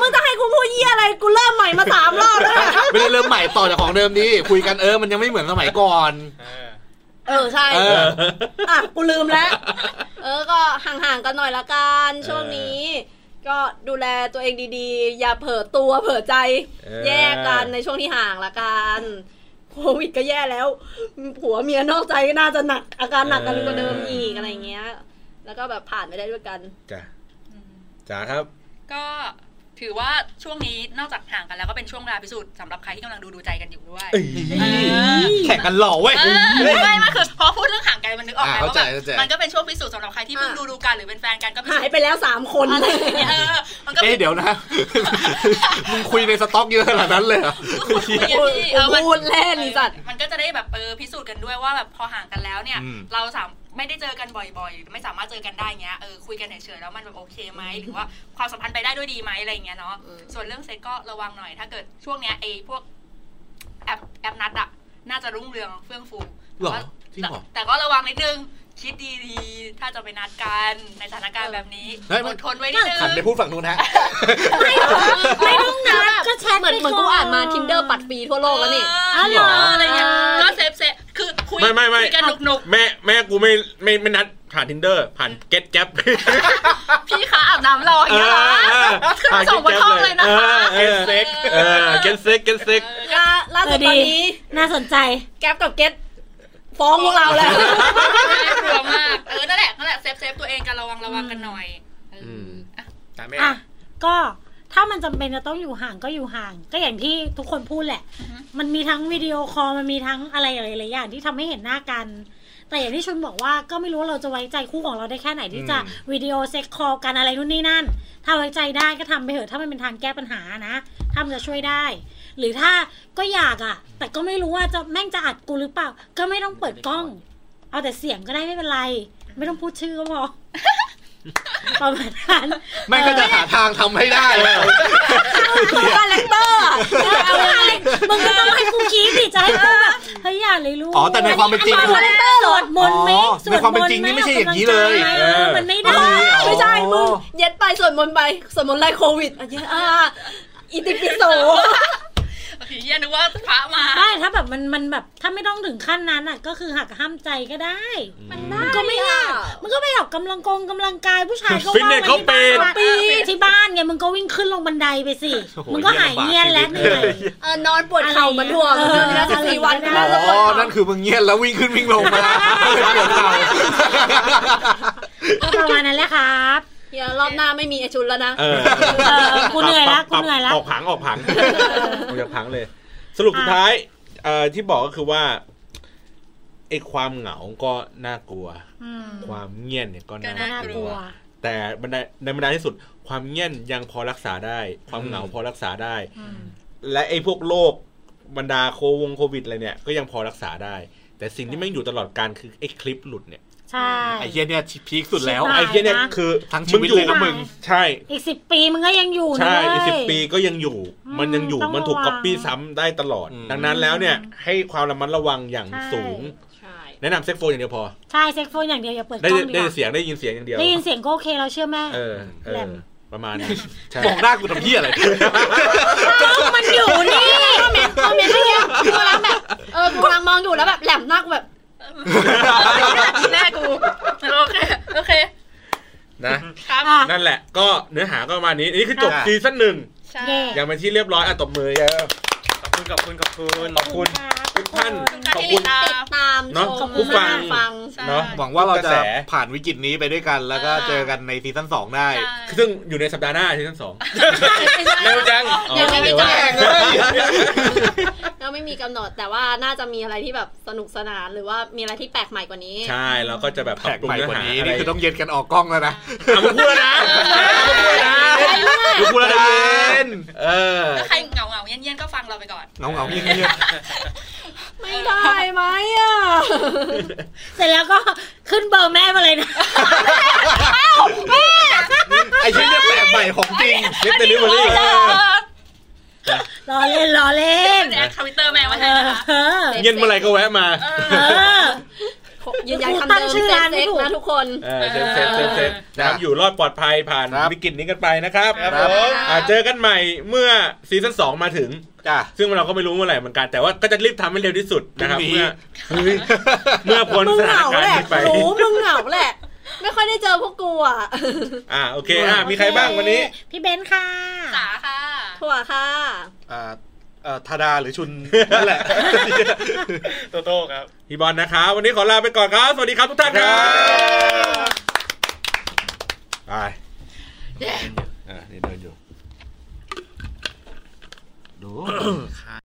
[SPEAKER 6] มึงจะให้กูพูดเหี้ยอะไรกูเริ่มใหม่มาสามรอบแล้วเนี่ย
[SPEAKER 3] ไม่ได้เริ่มใหม่ต่อจากของเดิมดีคุยกันเออมันยังไม่เหมือนสมัยก่อน
[SPEAKER 6] เออใช่
[SPEAKER 3] เออ
[SPEAKER 6] อ่ะกูลืมแล้ว เออก็ห่างๆกันหน่อยละกันช่วงนี้ ก็ดูแลตัวเองดีๆ อย่าเผลอตัวเผลอใจ
[SPEAKER 4] เออ
[SPEAKER 6] แยกกันในช่วงที่ห่างละกันโควิดก็แย่แล้ว ผัวเมียนอกใจก็น่าจะหนักอาการหนักกันกว่าเดิมอีกอะไรเงี้ย แล้วก็แบบผ่านไปได้ด้วยกัน
[SPEAKER 4] จ้ะจ๋าครับ
[SPEAKER 9] ก็ถือว่าช่วงนี้นอกจากห่างกันแล้วก็เป็นช่วงเวลาพิสูจน์สำหรับใครที่กำลังดูดูใจกันอยู่ด้วย
[SPEAKER 3] แข่งกันหล่อเว้ย
[SPEAKER 9] เออไม่ไม่ไม่คือพอพูดเรื่องห่างไกลมันนึกออกไง
[SPEAKER 3] อ่า
[SPEAKER 9] ว่า
[SPEAKER 3] เข้าใจ
[SPEAKER 9] แบบ
[SPEAKER 3] เข้าใจ
[SPEAKER 9] มันก็เป็นช่วงพิสูจน์สำหรับใครที่เพิ่ง
[SPEAKER 6] อ่า
[SPEAKER 9] ดูดูกันหรือเป็นแฟนกันก็พิ
[SPEAKER 6] หา
[SPEAKER 9] สู
[SPEAKER 6] ย
[SPEAKER 9] จน์
[SPEAKER 6] ไปแล้วสามคน
[SPEAKER 9] อะไรอย่างเงี้ยเออมันก็
[SPEAKER 3] เอ้ย
[SPEAKER 9] เป็น
[SPEAKER 3] เดี๋ยวนะ มึงคุยในสต็อกเยอะขนาดนั้นเลยเหรอ
[SPEAKER 9] คุยกัน
[SPEAKER 6] โอ้ย
[SPEAKER 9] ที่เออมัน
[SPEAKER 6] พูดเล่นไอ้สัตว์
[SPEAKER 9] เออมันก็จะได้แบบเออพิสูจน์กันด้วยว่าแบบพอห่างกันแล้วเนี่ย
[SPEAKER 3] อืม
[SPEAKER 9] เราสามไม่ได้เจอกันบ่อยๆ ไม่สามารถเจอกันได้เงี้ยเออคุยกันเฉยๆแล้วมันแบบโอเคไหมหรือว่าความสัมพันธ์ไปได้ด้วยดีไหมอะไรอย่างเงี้ยเนาะส่วนเรื่องเซ็กก็ระวังหน่อย ถ้าเกิดช่วงเนี้ยไอ้พวกแอปแอปนัดอะน่าจะรุ่งเรืองเฟื่องฟู
[SPEAKER 3] เหรอจริงเหรอ
[SPEAKER 9] แต่แต่ก็ระวังนิดนึง คิดดีๆ ถ้าจะไปนัดกันในสถานการณ์แบบนี้
[SPEAKER 3] เฮ้ยมั
[SPEAKER 9] อน ดทนไว้นิดนึง
[SPEAKER 3] ขันไปพูดฝั่งนู้นฮะ
[SPEAKER 6] ไม่ต้องนะ
[SPEAKER 2] ก็แชท
[SPEAKER 6] เหมือน
[SPEAKER 2] ไป
[SPEAKER 6] เหมือนกู
[SPEAKER 2] ก่อน
[SPEAKER 6] อ่านมาทินเดอร์ปัดฟรีทั่วโลกแล้วนี่
[SPEAKER 9] เออ
[SPEAKER 3] เหรอ
[SPEAKER 9] อะไรเงี้ยก็เซฟเซฟคือคุย
[SPEAKER 4] ไม่ไม่ไม่
[SPEAKER 9] คุยกันหนุกๆ
[SPEAKER 4] แม่แม่กูไม่ไม่ไม่นัดผ่านทินเดอร์ผ่านเก็ตแก๊ป
[SPEAKER 9] พี่คะอาบน้ำรออย่างเงี้ยเหรอขึ้นมาส่งบนห้องเลยนะคะ
[SPEAKER 4] เก็ตเซ็กเออเก็ตเซ็กเก็ตเซ็ก
[SPEAKER 6] ล่าล่าสุดตอนนี้
[SPEAKER 2] น่าสนใจ
[SPEAKER 6] แก๊ปกับเก็ตฟ้องพวกเราแล้ว
[SPEAKER 9] กลัวมาก เออ นั่นแหละ นั่นแหละ เซฟเซฟตัวเองกันระวังระวังกันหน่อยเออออ่ะ
[SPEAKER 5] ตามแม่
[SPEAKER 2] อ่ะ ก็ถ้ามันจำเป็นจะต้องอยู่ห่างก็อยู่ห่าง ก็อย่างที่ทุกคนพูดแหละ มันมีทั้งวิดีโอคอลมันมีทั้งอะไรหลายๆอย่างที่ทำให้เห็นหน้ากัน แต่อย่างที่ชนบอกว่าก็ไม่รู้ว่าเราจะไว้ใจคู่ของเราได้แค่ไหนที่จะวิดีโอเซ็กคอลกันอะไรนู่นนี่นั่น ถ้าไว้ใจได้ก็ทำไปเถอะถ้ามันเป็นทางแก้ปัญหานะถ้ามันจะช่วยได้ หรือถ้าก็อยากอะแต่ก็ไม่รู้ว่าจะแม่งจะอัดกูหรือเปล่า ก็ไม่ต้องเปิดกล้อง เอาแต่เสียงก็ได้ไม่เป็นไร ไม่ต้องพูดชื่อก็พอ ประมาณนั้น
[SPEAKER 3] ไม่งก็จะหาทางทำให้ได้เลยเหรอ
[SPEAKER 6] ตัวคาแรคเตอร์อะ
[SPEAKER 2] เอาอะไรมึงก็ต้องให้กูคิดสิจะให้กูแบบเฮ้ยอย่าเลยลูก
[SPEAKER 3] อ๋อแต่ในความเป็นจริง
[SPEAKER 2] สวดสวดมนต์ไหม
[SPEAKER 3] อ๋อ
[SPEAKER 2] สวด
[SPEAKER 3] ในความเป็นจริงนี่ไม่ใช่อย่างนี้เลย
[SPEAKER 2] ออก
[SPEAKER 3] เออ
[SPEAKER 2] กำงกาเออมันไม่ได้
[SPEAKER 6] ไม่ใช่มึงเย็ดไปสวดมนต์ไปสวดมนต์ไล่โควิดอันเนี้ยอ่าอิติปิโส
[SPEAKER 9] โอเคเยี่ยนึกว่าพระมา
[SPEAKER 2] ได้ถ้าแบบมันมันแบบถ้าไม่ต้องถึงขั้นนั้นอ่ะ ก็คือหักห้ามใจก็ได้
[SPEAKER 6] มันได้
[SPEAKER 2] มันก็ไม่ยาก
[SPEAKER 6] อ่ะ
[SPEAKER 2] มันก็ไปออกกำลังกงกำลังกายผู้ชายก็
[SPEAKER 4] ฟิต
[SPEAKER 2] ว่า
[SPEAKER 4] เนสเขา
[SPEAKER 2] ไป
[SPEAKER 4] เป็ด
[SPEAKER 2] ปีที่บ้านไงมึงก็วิ่งขึ้นลงบันไดไปสิ
[SPEAKER 3] โอ้โห
[SPEAKER 2] มึงก็หายเงียนแล้วเหนื่อย
[SPEAKER 6] เออนอนปวดเข่าเหมันถ่วง
[SPEAKER 2] เออ
[SPEAKER 6] นะสิบสี่วันก็
[SPEAKER 3] อ๋
[SPEAKER 6] น่าจะปวด
[SPEAKER 3] อ
[SPEAKER 6] เข่า
[SPEAKER 3] นั่นคือมึงเงียบแล้ววิ่งขึ้นวิ่งลงมาเออปวดเข่า
[SPEAKER 2] ก็ประมาณนั้นแหละครับ
[SPEAKER 6] เดี๋ยวรอบหน้าไม่มีไอชุนแล้วนะ
[SPEAKER 4] เออ
[SPEAKER 2] เออกูเหนื่อยละกูเหนื่อยละ
[SPEAKER 4] ออกผังออก ผังออกจากผังเลย สรุปสุดท้ายเอ่อที่บอกก็คือว่าไอ้ความเหงาก็น่ากลัว
[SPEAKER 2] อืม
[SPEAKER 4] ความเงียบเนี่ยก็
[SPEAKER 9] ก็
[SPEAKER 2] ก็
[SPEAKER 4] น่า
[SPEAKER 2] น่าก ก
[SPEAKER 4] ลั
[SPEAKER 2] ลั
[SPEAKER 4] ว
[SPEAKER 2] ว
[SPEAKER 4] แต่บรรดาในบรรดาที่สุด ความเงียบยังพอรักษาได้ ความเหงาพอรักษาได้ และไอ้พวกโรคบรรดาโควงโควิดอะไรเนี่ยก็ยังพอรักษาได้ แต่สิ่งที่แม่งอยู่ตลอดการคือไอ้คลิปหลุดเนี่ย
[SPEAKER 2] ใช่
[SPEAKER 3] ไอ้เฮียเนี่ยพีคสุดแล้ว
[SPEAKER 2] ชิบหา
[SPEAKER 4] ไอ้เหี้ยเนี่ย
[SPEAKER 2] นะ
[SPEAKER 4] คือ
[SPEAKER 3] ทั้งชีวิตเลยนะมึง
[SPEAKER 4] ใช่
[SPEAKER 2] อีกสิบปีมันก็ยังอยู่นะ
[SPEAKER 4] ใช่
[SPEAKER 2] เว้ย
[SPEAKER 4] อีสิบปีก็ยังอยู่
[SPEAKER 2] อืม
[SPEAKER 4] มันยังอยู่
[SPEAKER 2] ต้อง
[SPEAKER 4] มันถูก
[SPEAKER 2] ระวัง
[SPEAKER 4] ก๊อปปี้ซ้ำได้ตลอด
[SPEAKER 3] อืม
[SPEAKER 4] ดังนั้นแล้วเนี่ยให้ความระมัดระวังอย่าง
[SPEAKER 2] ใช่
[SPEAKER 4] สูง
[SPEAKER 6] ใช่
[SPEAKER 4] แนะนำเซ็กโฟนอย่างเดียวพอ
[SPEAKER 2] ใช่เซ็กโฟนอย่างเดียวอย่าเปิดก
[SPEAKER 4] ได้
[SPEAKER 2] ล้องดี
[SPEAKER 4] ได้
[SPEAKER 2] กว่า
[SPEAKER 4] เสียงได้ยินเสียงอย่างเดียว
[SPEAKER 2] ได้ยินเสียงก็โอเคเราเชื่อแม่
[SPEAKER 4] เออเอ
[SPEAKER 2] แหล
[SPEAKER 4] อ
[SPEAKER 2] ม
[SPEAKER 4] ประมาณนั้นใช่
[SPEAKER 3] มองหน้ากูทำเฮียอะไร
[SPEAKER 6] มันอยู่นี่คอมเมนต์คอมเมนต์เมื่อกี้กูกำลังแบบเออกูกำลังมองอยู่แล้วแบบแหลมหน้ากูแบบ
[SPEAKER 9] แม่กู โอเค โอเค
[SPEAKER 4] นะ
[SPEAKER 9] ครับ
[SPEAKER 2] อ่ะ
[SPEAKER 4] นั่นแหละก็เนื้อหาก็ประมาณนี้ นี่คือจบ
[SPEAKER 3] ค่ะ
[SPEAKER 4] ซีซั่นหนึ่ง
[SPEAKER 9] ใช่
[SPEAKER 2] เย่
[SPEAKER 4] อย่างเป็นที่เรียบร้อยอ่ะตบมือเยอะ
[SPEAKER 5] ขอบคุณขอบคุณขอบคุณ
[SPEAKER 4] ขอบคุณ
[SPEAKER 2] ครับ
[SPEAKER 4] ทุกท่าน ข
[SPEAKER 9] ข
[SPEAKER 4] อบ
[SPEAKER 9] อ
[SPEAKER 4] บ คุ
[SPEAKER 9] คุณ ณ
[SPEAKER 6] ติดตาม
[SPEAKER 4] เนอะ
[SPEAKER 6] ชม
[SPEAKER 4] ผู้ฟัง
[SPEAKER 6] ฟัง
[SPEAKER 4] เนาะ
[SPEAKER 3] หวังว่าเราจะ
[SPEAKER 4] กระแส
[SPEAKER 3] ผ่านวิกฤตนี้ไปด้วยกัน แล้วก็เจอกันในซีซั่นสองได้
[SPEAKER 4] ซึ่งอยู่ในสัปดาห์หน้าซีซั่นสอง
[SPEAKER 5] เร็วจัง
[SPEAKER 6] ยังไม่ได้แจ้ง
[SPEAKER 4] เดี๋ยวว่า
[SPEAKER 6] เ ก็ไม่มีกำหนดแต่ว่าน่าจะมีอะไรที่แบบสนุกสนานหรือว่ามีอะไรที่แปลกใหม่กว่านี้
[SPEAKER 4] ใช่แล้วก็จะแบบป
[SPEAKER 3] แผ
[SPEAKER 4] รั
[SPEAKER 3] ก
[SPEAKER 4] บปรุง
[SPEAKER 3] ใหม่
[SPEAKER 4] เนื้อก
[SPEAKER 3] ว่า
[SPEAKER 4] หา
[SPEAKER 3] นี้
[SPEAKER 4] อะไร
[SPEAKER 3] นี่คือต้องเย็นกันออกกล้องแล้วนะ
[SPEAKER 4] อ่ะมึงพูดแล้วนะมึงพูดแล้วนะมึงพูดแล้วนะเออ
[SPEAKER 9] ถ้าใครเหงาเหงาๆเย็นเย็นๆก็ฟังเราไปก่อน
[SPEAKER 3] เงาเงาๆเงียบเงียบ
[SPEAKER 6] ไม่ได้ไหมอ่ะ
[SPEAKER 2] เสร็จแล้วก็ขึ้นเบอร์แม่มาเลย นะ
[SPEAKER 3] ๆไอ้ชิ้นเนี่ยแปลกใหม่ของจริง
[SPEAKER 4] ลิฟต์เดลิเวอรี่
[SPEAKER 9] เออ
[SPEAKER 2] รอเล่นรอเล่น
[SPEAKER 9] แอคทวิตเตอร์แม่มา
[SPEAKER 2] เอ
[SPEAKER 9] ให้
[SPEAKER 2] อ
[SPEAKER 9] นะคะ
[SPEAKER 2] เออ
[SPEAKER 4] เย็นเมื่อไหรก็แวะมา
[SPEAKER 2] เออ
[SPEAKER 6] ยืนยันคำเดิม
[SPEAKER 2] ตั้งชื่อร้านไม่
[SPEAKER 6] เซ็ก
[SPEAKER 2] ถูก
[SPEAKER 6] นะทุกคน
[SPEAKER 4] เออเซฟเซฟเซฟเซฟนะครับอยู่รอดปลอดภัยผ่าน
[SPEAKER 3] ครับ
[SPEAKER 4] วิกฤตนี้กันไปนะครับ
[SPEAKER 3] ครับผม
[SPEAKER 4] อ่ะเจอกันใหม่เมื่อซีซั่นสองมาถึง
[SPEAKER 3] จ้ะ
[SPEAKER 4] ซึ่งเราก็ไม่รู้เมื่อไหร่เหมือนกันแต่ว่าก็จะรีบทำให้เร็วที่สุดนะครับ
[SPEAKER 3] พรุ่งนี้
[SPEAKER 4] เมื่อเมื่อพ้น
[SPEAKER 6] มึง
[SPEAKER 4] ส
[SPEAKER 6] เห
[SPEAKER 4] ถาน
[SPEAKER 6] งา
[SPEAKER 4] การ
[SPEAKER 6] แห
[SPEAKER 4] ณ์
[SPEAKER 6] ละ
[SPEAKER 4] นี้ไป
[SPEAKER 6] รู้มึงเหงาแหละ ไม่ค่อยได้เจอพวกกูอ่ะ
[SPEAKER 4] อ่าโอเคอ่ะมีใครบ้างวันนี้
[SPEAKER 2] พี่เบนซ์ค่ะ
[SPEAKER 9] สาค่ะ
[SPEAKER 6] ถั่วค่ะ
[SPEAKER 3] อ่าเอ่อธาดาหรือชุนนั่นแหละ
[SPEAKER 5] โตโต้ครับ
[SPEAKER 4] พี่บอลนะครับวันนี้ขอลาไปก่อนครับ สวัสดีครับทุกท่านครับ
[SPEAKER 3] Ờ,